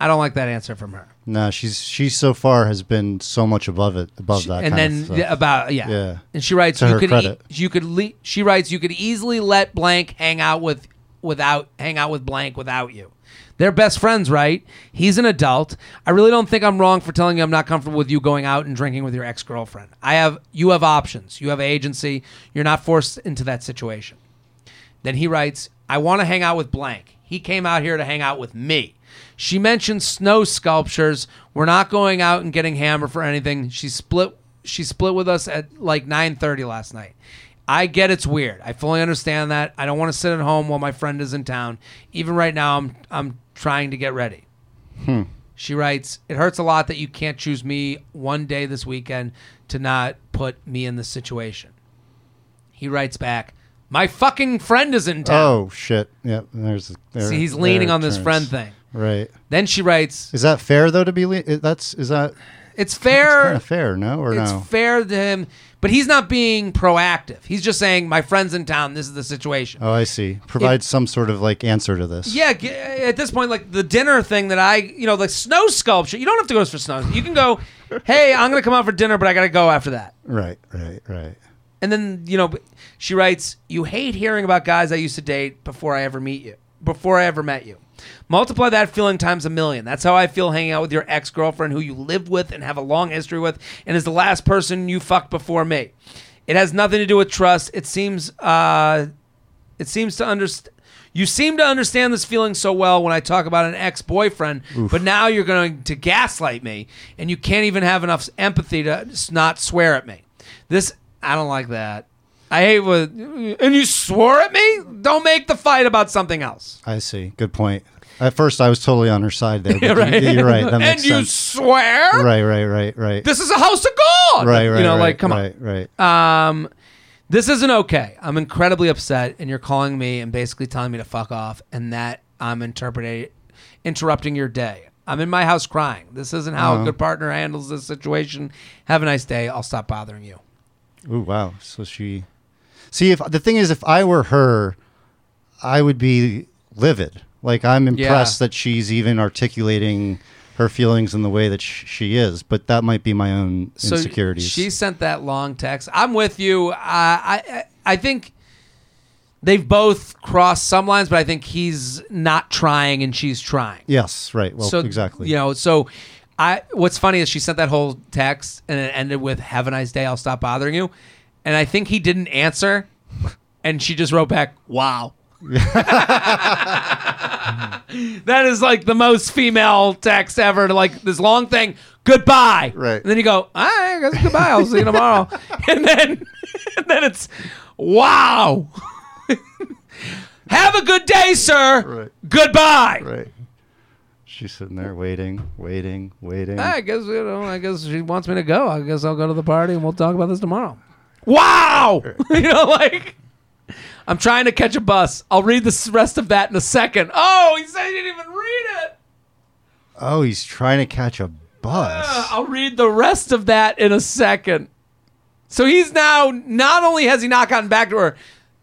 I don't like that answer from her.
No, she's she so far has been so much above it above that.
and
kind
then uh,
of stuff.
yeah, about yeah.
Yeah.
and she writes
To
you
her
could
credit.
E- you could le- she writes you could easily let blank hang out with without hang out with blank without you they're best friends right he's an adult i really don't think i'm wrong for telling you i'm not comfortable with you going out and drinking with your ex-girlfriend i have you have options you have agency you're not forced into that situation then he writes, I want to hang out with blank. He came out here to hang out with me. She mentioned snow sculptures. We're not going out and getting hammered for anything. She split she split with us at like 9:30 last night. I get it's weird. I fully understand that. I don't want to sit at home while my friend is in town. Even right now I'm I'm trying to get ready. She writes, It hurts a lot that you can't choose me one day this weekend to not put me in this situation. He writes back, My fucking friend is in town.
Oh shit! Yep. There's. the- There,
See, he's leaning
there it
on this
turns.
friend thing.
Right.
Then she writes,
Is that fair though to be? Le- i- that's is that
"It's fair.
kind of fair? No or
It's
no?
fair to him, but he's not being proactive. He's just saying, "My friend's in town. This is the situation."
oh, I see. Provide some sort of like answer to this.
Yeah, g- at this point, like the dinner thing that I, you know, the snow sculpture. You don't have to go for snow. You can go, "Hey, I'm gonna come out for dinner, but I gotta go after that."
Right. Right. Right.
And then, you know, she writes, You hate hearing about guys I used to date before I ever meet you, before I ever met you. Multiply that feeling times a million. That's how I feel hanging out with your ex girlfriend who you live with and have a long history with and is the last person you fucked before me. It has nothing to do with trust. It seems, uh, it seems to understand. You seem to understand this feeling so well when I talk about an ex boyfriend, but now you're going to gaslight me, and you can't even have enough empathy to s- not swear at me. This, I don't like that. I hate what. And you swore at me? Don't make the fight about something else.
I see. Good point. At first, I was totally on her side there. But you, you're right. That
and
makes
you
sense.
swear?
right. Right. Right. Right.
This is a house of God.
right. Right.
You know,
right,
like, come on.
right, Right.
Um, this isn't okay. I'm incredibly upset, and you're calling me and basically telling me to fuck off, and that I'm interpreting, interrupting your day. I'm in my house crying. This isn't how a good partner handles this situation. Have a nice day. I'll stop bothering you.
Ooh, wow. So she. See, if the thing is, if I were her, I would be livid. Like I'm impressed that she's even articulating her feelings in the way that sh- she is, but that might be my own
so
insecurities.
She sent that long text. I'm with you. Uh, I I- I think they've both crossed some lines, but I think he's not trying and she's trying.
yes, right. Well, exactly.
You know, so I what's funny is she sent that whole text and it ended with "Have a nice day. I'll stop bothering you," and I think he didn't answer, and she just wrote back, "Wow." that is like the most female text ever. To like this long thing, goodbye.
Right.
And then you go, all right, I guess goodbye. I'll see you tomorrow. and then, and then it's, wow. Have a good day, sir.
Right.
Goodbye.
Right. She's sitting there waiting, waiting, waiting.
I guess you know. I guess she wants me to go. I guess I'll go to the party and we'll talk about this tomorrow. Wow, you know, like I'm trying to catch a bus. I'll read the s- rest of that in a second. Oh, he said he didn't even read it.
Oh, he's trying to catch a bus.
Uh, I'll read the rest of that in a second. So he's now not only has he not gotten back to her,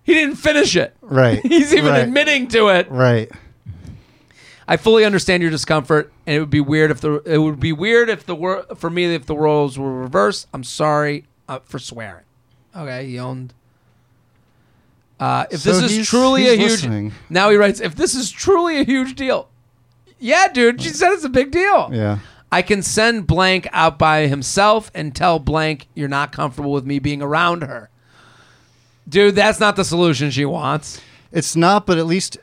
he didn't finish it.
right.
He's even
right,
admitting to it.
Right.
I fully understand your discomfort, and it would be weird if the it would be weird if the wor- for me if the roles were reversed. I'm sorry uh, for swearing. Okay, he owned. Uh, if
So
this is
he's-
truly
he's
a huge
listening.
now he writes if this is truly a huge deal. Yeah, dude, she said it's a big deal.
Yeah.
I can send blank out by himself and tell blank you're not comfortable with me being around her. Dude, that's not the solution she wants.
It's not, but at least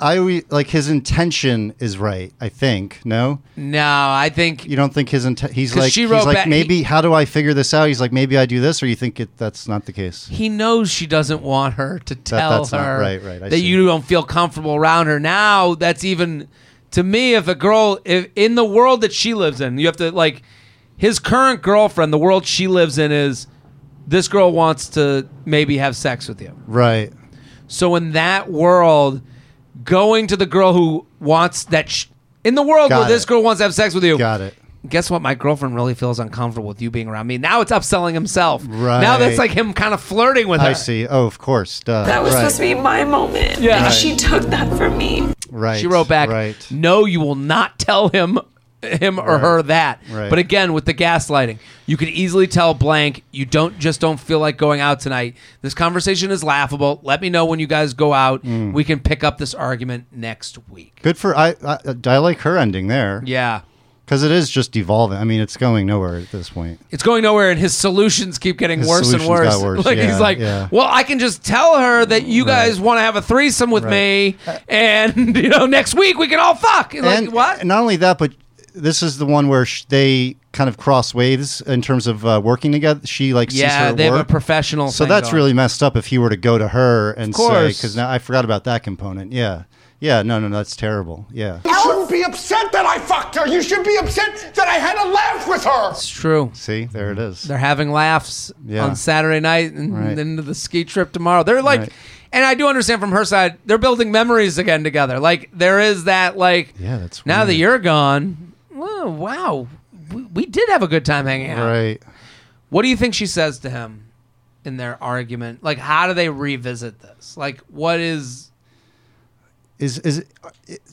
I always- like his intention is right. I think. No,
No, I think
you don't think his intent. He's
'Cause
like
she
he's
wrote
like
back-
maybe. how do I figure this out? He's like maybe I do this, or you think it, that's not the case.
he knows she doesn't want her to tell
that's not-
her
right, right, I
that
see.
you don't feel comfortable around her. Now that's even to me if a girl if in the world that she lives in, you have to like his current girlfriend, the world she lives in is this girl wants to maybe have sex with you.
Right.
So in that world, going to the girl who wants that sh- in the world
Got
where this
it.
girl wants to have sex with you,
Got it.
guess what? My girlfriend really feels uncomfortable with you being around me. Now it's upselling himself. Now that's
Right.
like him kind of flirting with her.
I see. Oh, of course. Duh.
That was
right.
supposed to be my moment.
Yeah.
And she took that from me.
Right.
She wrote back,
Right.
"No, you will not tell him him or her that."
Right.
But again, with the gaslighting, you could easily tell blank, "You don't just don't feel like going out tonight. This conversation is laughable. Let me know when you guys go out.
Mm.
We can pick up this argument next week."
Good for I, I. I like her ending there
Yeah.
because it is just evolving. I mean, it's going nowhere at this point.
It's going nowhere, and his solutions keep getting
His
worse and
solutions
worse.
got worse,
Like
yeah,
he's like,
yeah.
"Well, I can just tell her that you guys want to have a threesome with me, and you know, next week we can all fuck." Like
Uh, and
what?
and not only that, but this is the one where sh- they kind of cross waves in terms of uh, working together. She like sees
yeah,
her
they have a
work.
professional.
so
thing
that's
going.
really messed up if he were to go to her and say
course.
because now I forgot about that component. Yeah, yeah, no, no, no, that's terrible. Yeah,
You shouldn't be upset that I fucked her. You should be upset that I had a laugh with her.
It's true.
see, there it is.
They're having laughs
Yeah.
on Saturday night and
Right.
then to the ski trip tomorrow. They're like,
Right.
and I do understand from her side, they're building memories again together. Like there is that like,
Yeah, that's
now that
weird.
you're gone, whoa, wow, we, we did have a good time hanging out.
Right.
What do you think she says to him in their argument? Like, how do they revisit this? Like, what is?
Is is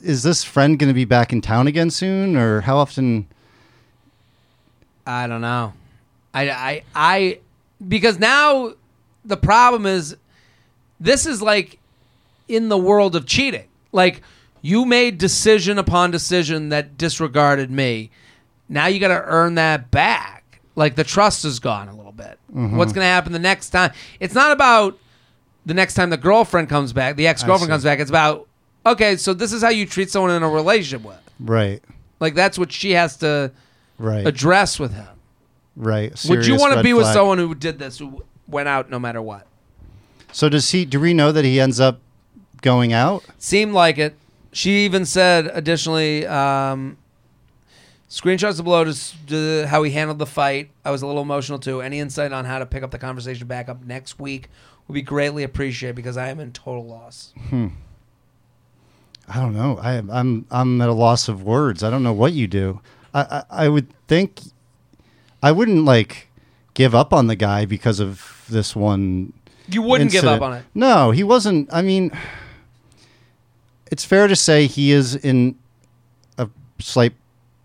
is this friend going to be back in town again soon, or how often?
I don't know. I, I, I, because now the problem is this is like in the world of cheating. Like you made decision upon decision that disregarded me. Now you got to earn that back. Like the trust is gone a little bit. What's going to happen the next time? It's not about the next time the girlfriend comes back, the ex girlfriend
see.
comes back. It's about, okay, so this is how you treat someone in a relationship with.
Right.
Like that's what she has to
Right.
address with him.
right.
Would you
serious
want to
red
be with
flag.
someone who did this, who went out no matter what?
So does he? Do we know that he ends up going out?
Seemed like it. She even said, additionally, um, screenshots below to s- to how he handled the fight. I was a little emotional too. Any insight on how to pick up the conversation back up next week would be greatly appreciated because I am in total loss.
I don't know. I, I'm I'm at a loss of words. I don't know what you do. I, I I would think I wouldn't like give up on the guy because of this one.
You wouldn't give up
incident.
on it.
No, he wasn't. I mean, it's fair to say he is in a slight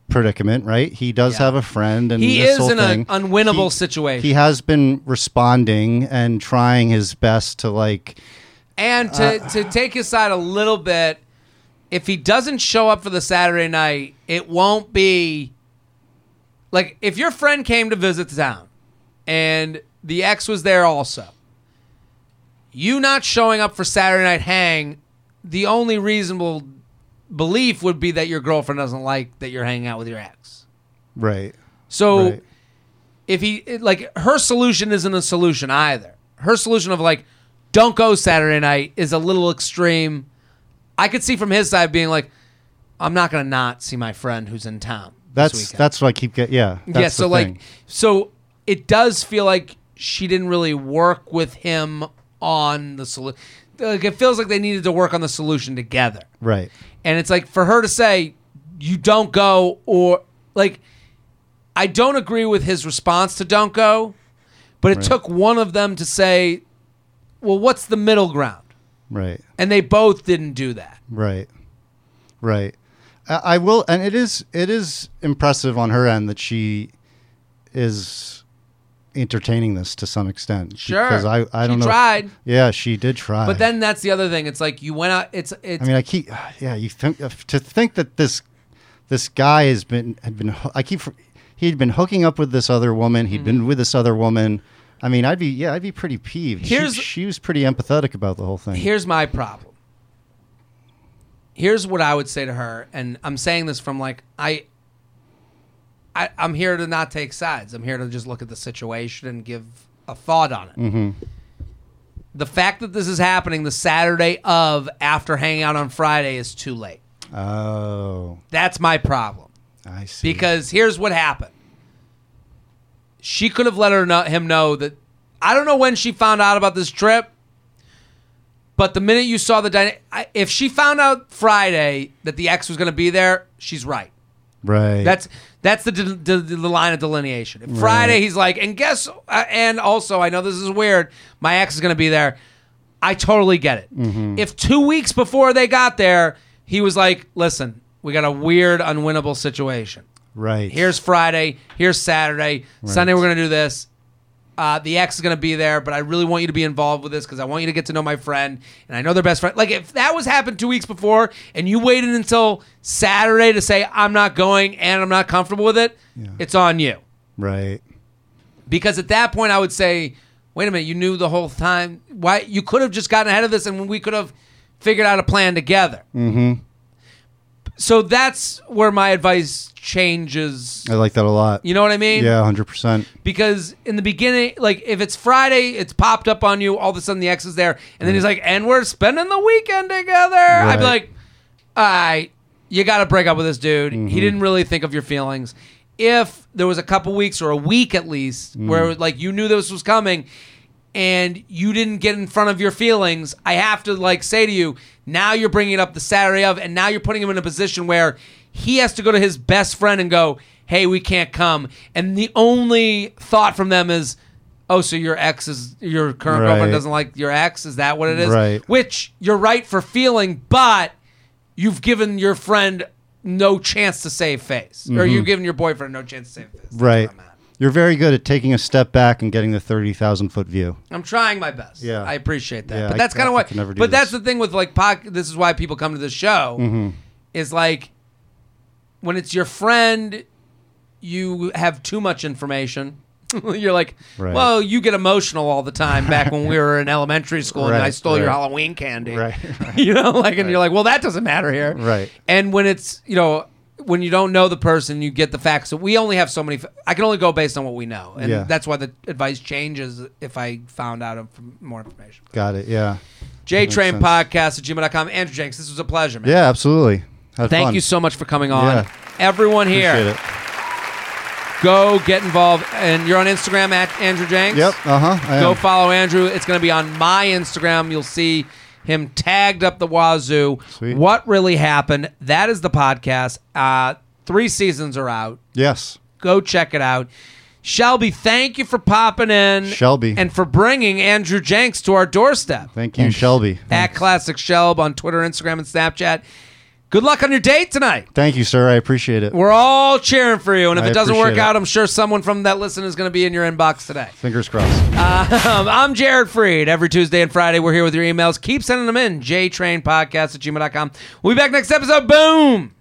predicament, right? He does
Yeah.
have a friend, and
He
this
is
whole
in
thing.
an unwinnable
He-
situation.
He has been responding and trying his best to like.
And to, to take his side a little bit, if he doesn't show up for the Saturday night, it won't be like if your friend came to visit the town and the ex was there also. You not showing up for Saturday night hang, the only reasonable belief would be that your girlfriend doesn't like that you're hanging out with your ex.
Right.
So
Right.
if he it- like her solution isn't a solution either. Her solution of like don't go Saturday night is a little extreme. I could see from his side being like I'm not going to not see my friend who's in town. this
That's
weekend."
that's what I keep getting. Yeah. That's
yeah, so
the
like
thing.
so it does feel like she didn't really work with him on the solution. Like it feels like they needed to work on the solution together.
Right.
And it's like for her to say, you don't go, or like, I don't agree with his response to don't go, but it took one of them to say, well, what's the middle ground?
Right.
And they both didn't do that.
Right. Right. I, I will, and it is it is impressive on her end that she is entertaining this to some extent.
Sure.
Because I I
She
don't know.
tried.
Yeah, she did try.
But then that's the other thing. It's like you went out, it's, it's,
I mean, I keep yeah. You think uh, to think that this this guy has been had been I keep he'd been hooking up with this other woman. he had
Mm-hmm.
been with this other woman. I mean, I'd be yeah, I'd be pretty peeved. She-
Here's-
she, was pretty empathetic about the whole thing.
here's my problem. Here's what I would say to her, and I'm saying this from like I, I I'm here to not take sides. I'm here to just look at the situation and give a thought on it. The fact that this is happening the Saturday of after hanging out on Friday is too late.
oh,
That's my problem.
I see.
Because here's what happened. She could have let her know, him know that I don't know when she found out about this trip, but the minute you saw the dyna- I if she found out Friday that the ex was going to be there, she's right.
right.
That's that's the, de- de- de- the line of delineation. If Friday he's like, and guess, uh, and also I know this is weird. My ex is going to be there. I totally get it. If two weeks before they got there, he was like, listen, we got a weird, unwinnable situation
right.
here's Friday, here's Saturday, Sunday we're gonna do this. Uh, the ex is gonna be there, but I really want you to be involved with this because I want you to get to know my friend and I know their best friend. Like if that was happened two weeks before and you waited until Saturday to say I'm not going and I'm not comfortable with it, it's on you.
right.
Because at that point I would say, wait a minute, you knew the whole time. Why you could have just gotten ahead of this and we could have figured out a plan together. Mm-hmm. So that's where my advice changes.
I like that a lot.
You know what I mean?
Uh, yeah, hundred percent.
because in the beginning, like if it's Friday, it's popped up on you. All of a sudden, the ex is there, and then he's like, "And we're spending the weekend together." I'd be
Right.
like, "All right, you got to break up with this dude.
Mm-hmm.
He didn't really think of your feelings." If there was a couple weeks or a week at least
Mm.
where like you knew this was coming, and you didn't get in front of your feelings, I have to like say to you, now you're bringing it up the Saturday of, and now you're putting him in a position where he has to go to his best friend and go, hey, we can't come. And the only thought from them is, oh, so your ex is, your current
Right.
girlfriend doesn't like your ex? Is that what it is?
Right.
Which you're right for feeling, but you've given your friend no chance to save face, or you've given your boyfriend no chance to save face. That's where
Mm-hmm. Right.
I'm at.
You're very good at taking a step back and getting the thirty thousand foot view.
I'm trying my best.
Yeah.
I appreciate that.
Yeah,
but
I-
that's kind
I
of what.
can never do
but that's the
this. Mm-hmm.
thing with like poc This is why people come to the show. Is like when it's your friend, you have too much information. You're like,
Right.
well, you get emotional all the time. Back when we were in elementary school, and I
Right,
stole your
right.
Halloween candy.
Right,
you know, like, and you're like, well, that doesn't matter here.
Right.
And when it's you know. When you don't know the person, you get the facts. So we only have so many. fa- I can only go based on what we know, and
Yeah.
that's why the advice changes if I found out of- more information.
Got it. Yeah.
J Train
sense.
Podcast at gmail.com. Andrew Jenks, this was a pleasure, man.
Yeah. Absolutely. Had
Thank
fun.
you so much for coming on.
Yeah.
Everyone
Appreciate
here,
it.
go get involved. And you're on Instagram at Andrew Jenks.
Yep. Uh huh.
Go follow Andrew. It's going to be on my Instagram. You'll see him tagged up the wazoo.
Sweet.
What really happened? That is the podcast. Uh, three seasons are out.
yes.
Go check it out. Shelby, thank you for popping in.
Shelby.
And for bringing Andrew Jenks to our doorstep.
Thank you,
Thanks.
Shelby.
At Classic Shelb on Twitter, Instagram, and Snapchat. Good luck on your date tonight.
Thank you, sir. I appreciate it.
We're all cheering for you. And if
I
it doesn't work
appreciate it.
out, I'm sure someone from that listen is going to be in your inbox today.
Fingers crossed.
Um, I'm Jared Freed. Every Tuesday and Friday, we're here with your emails. Keep sending them in. JTrainPodcast at gmail.com. We'll be back next episode. Boom.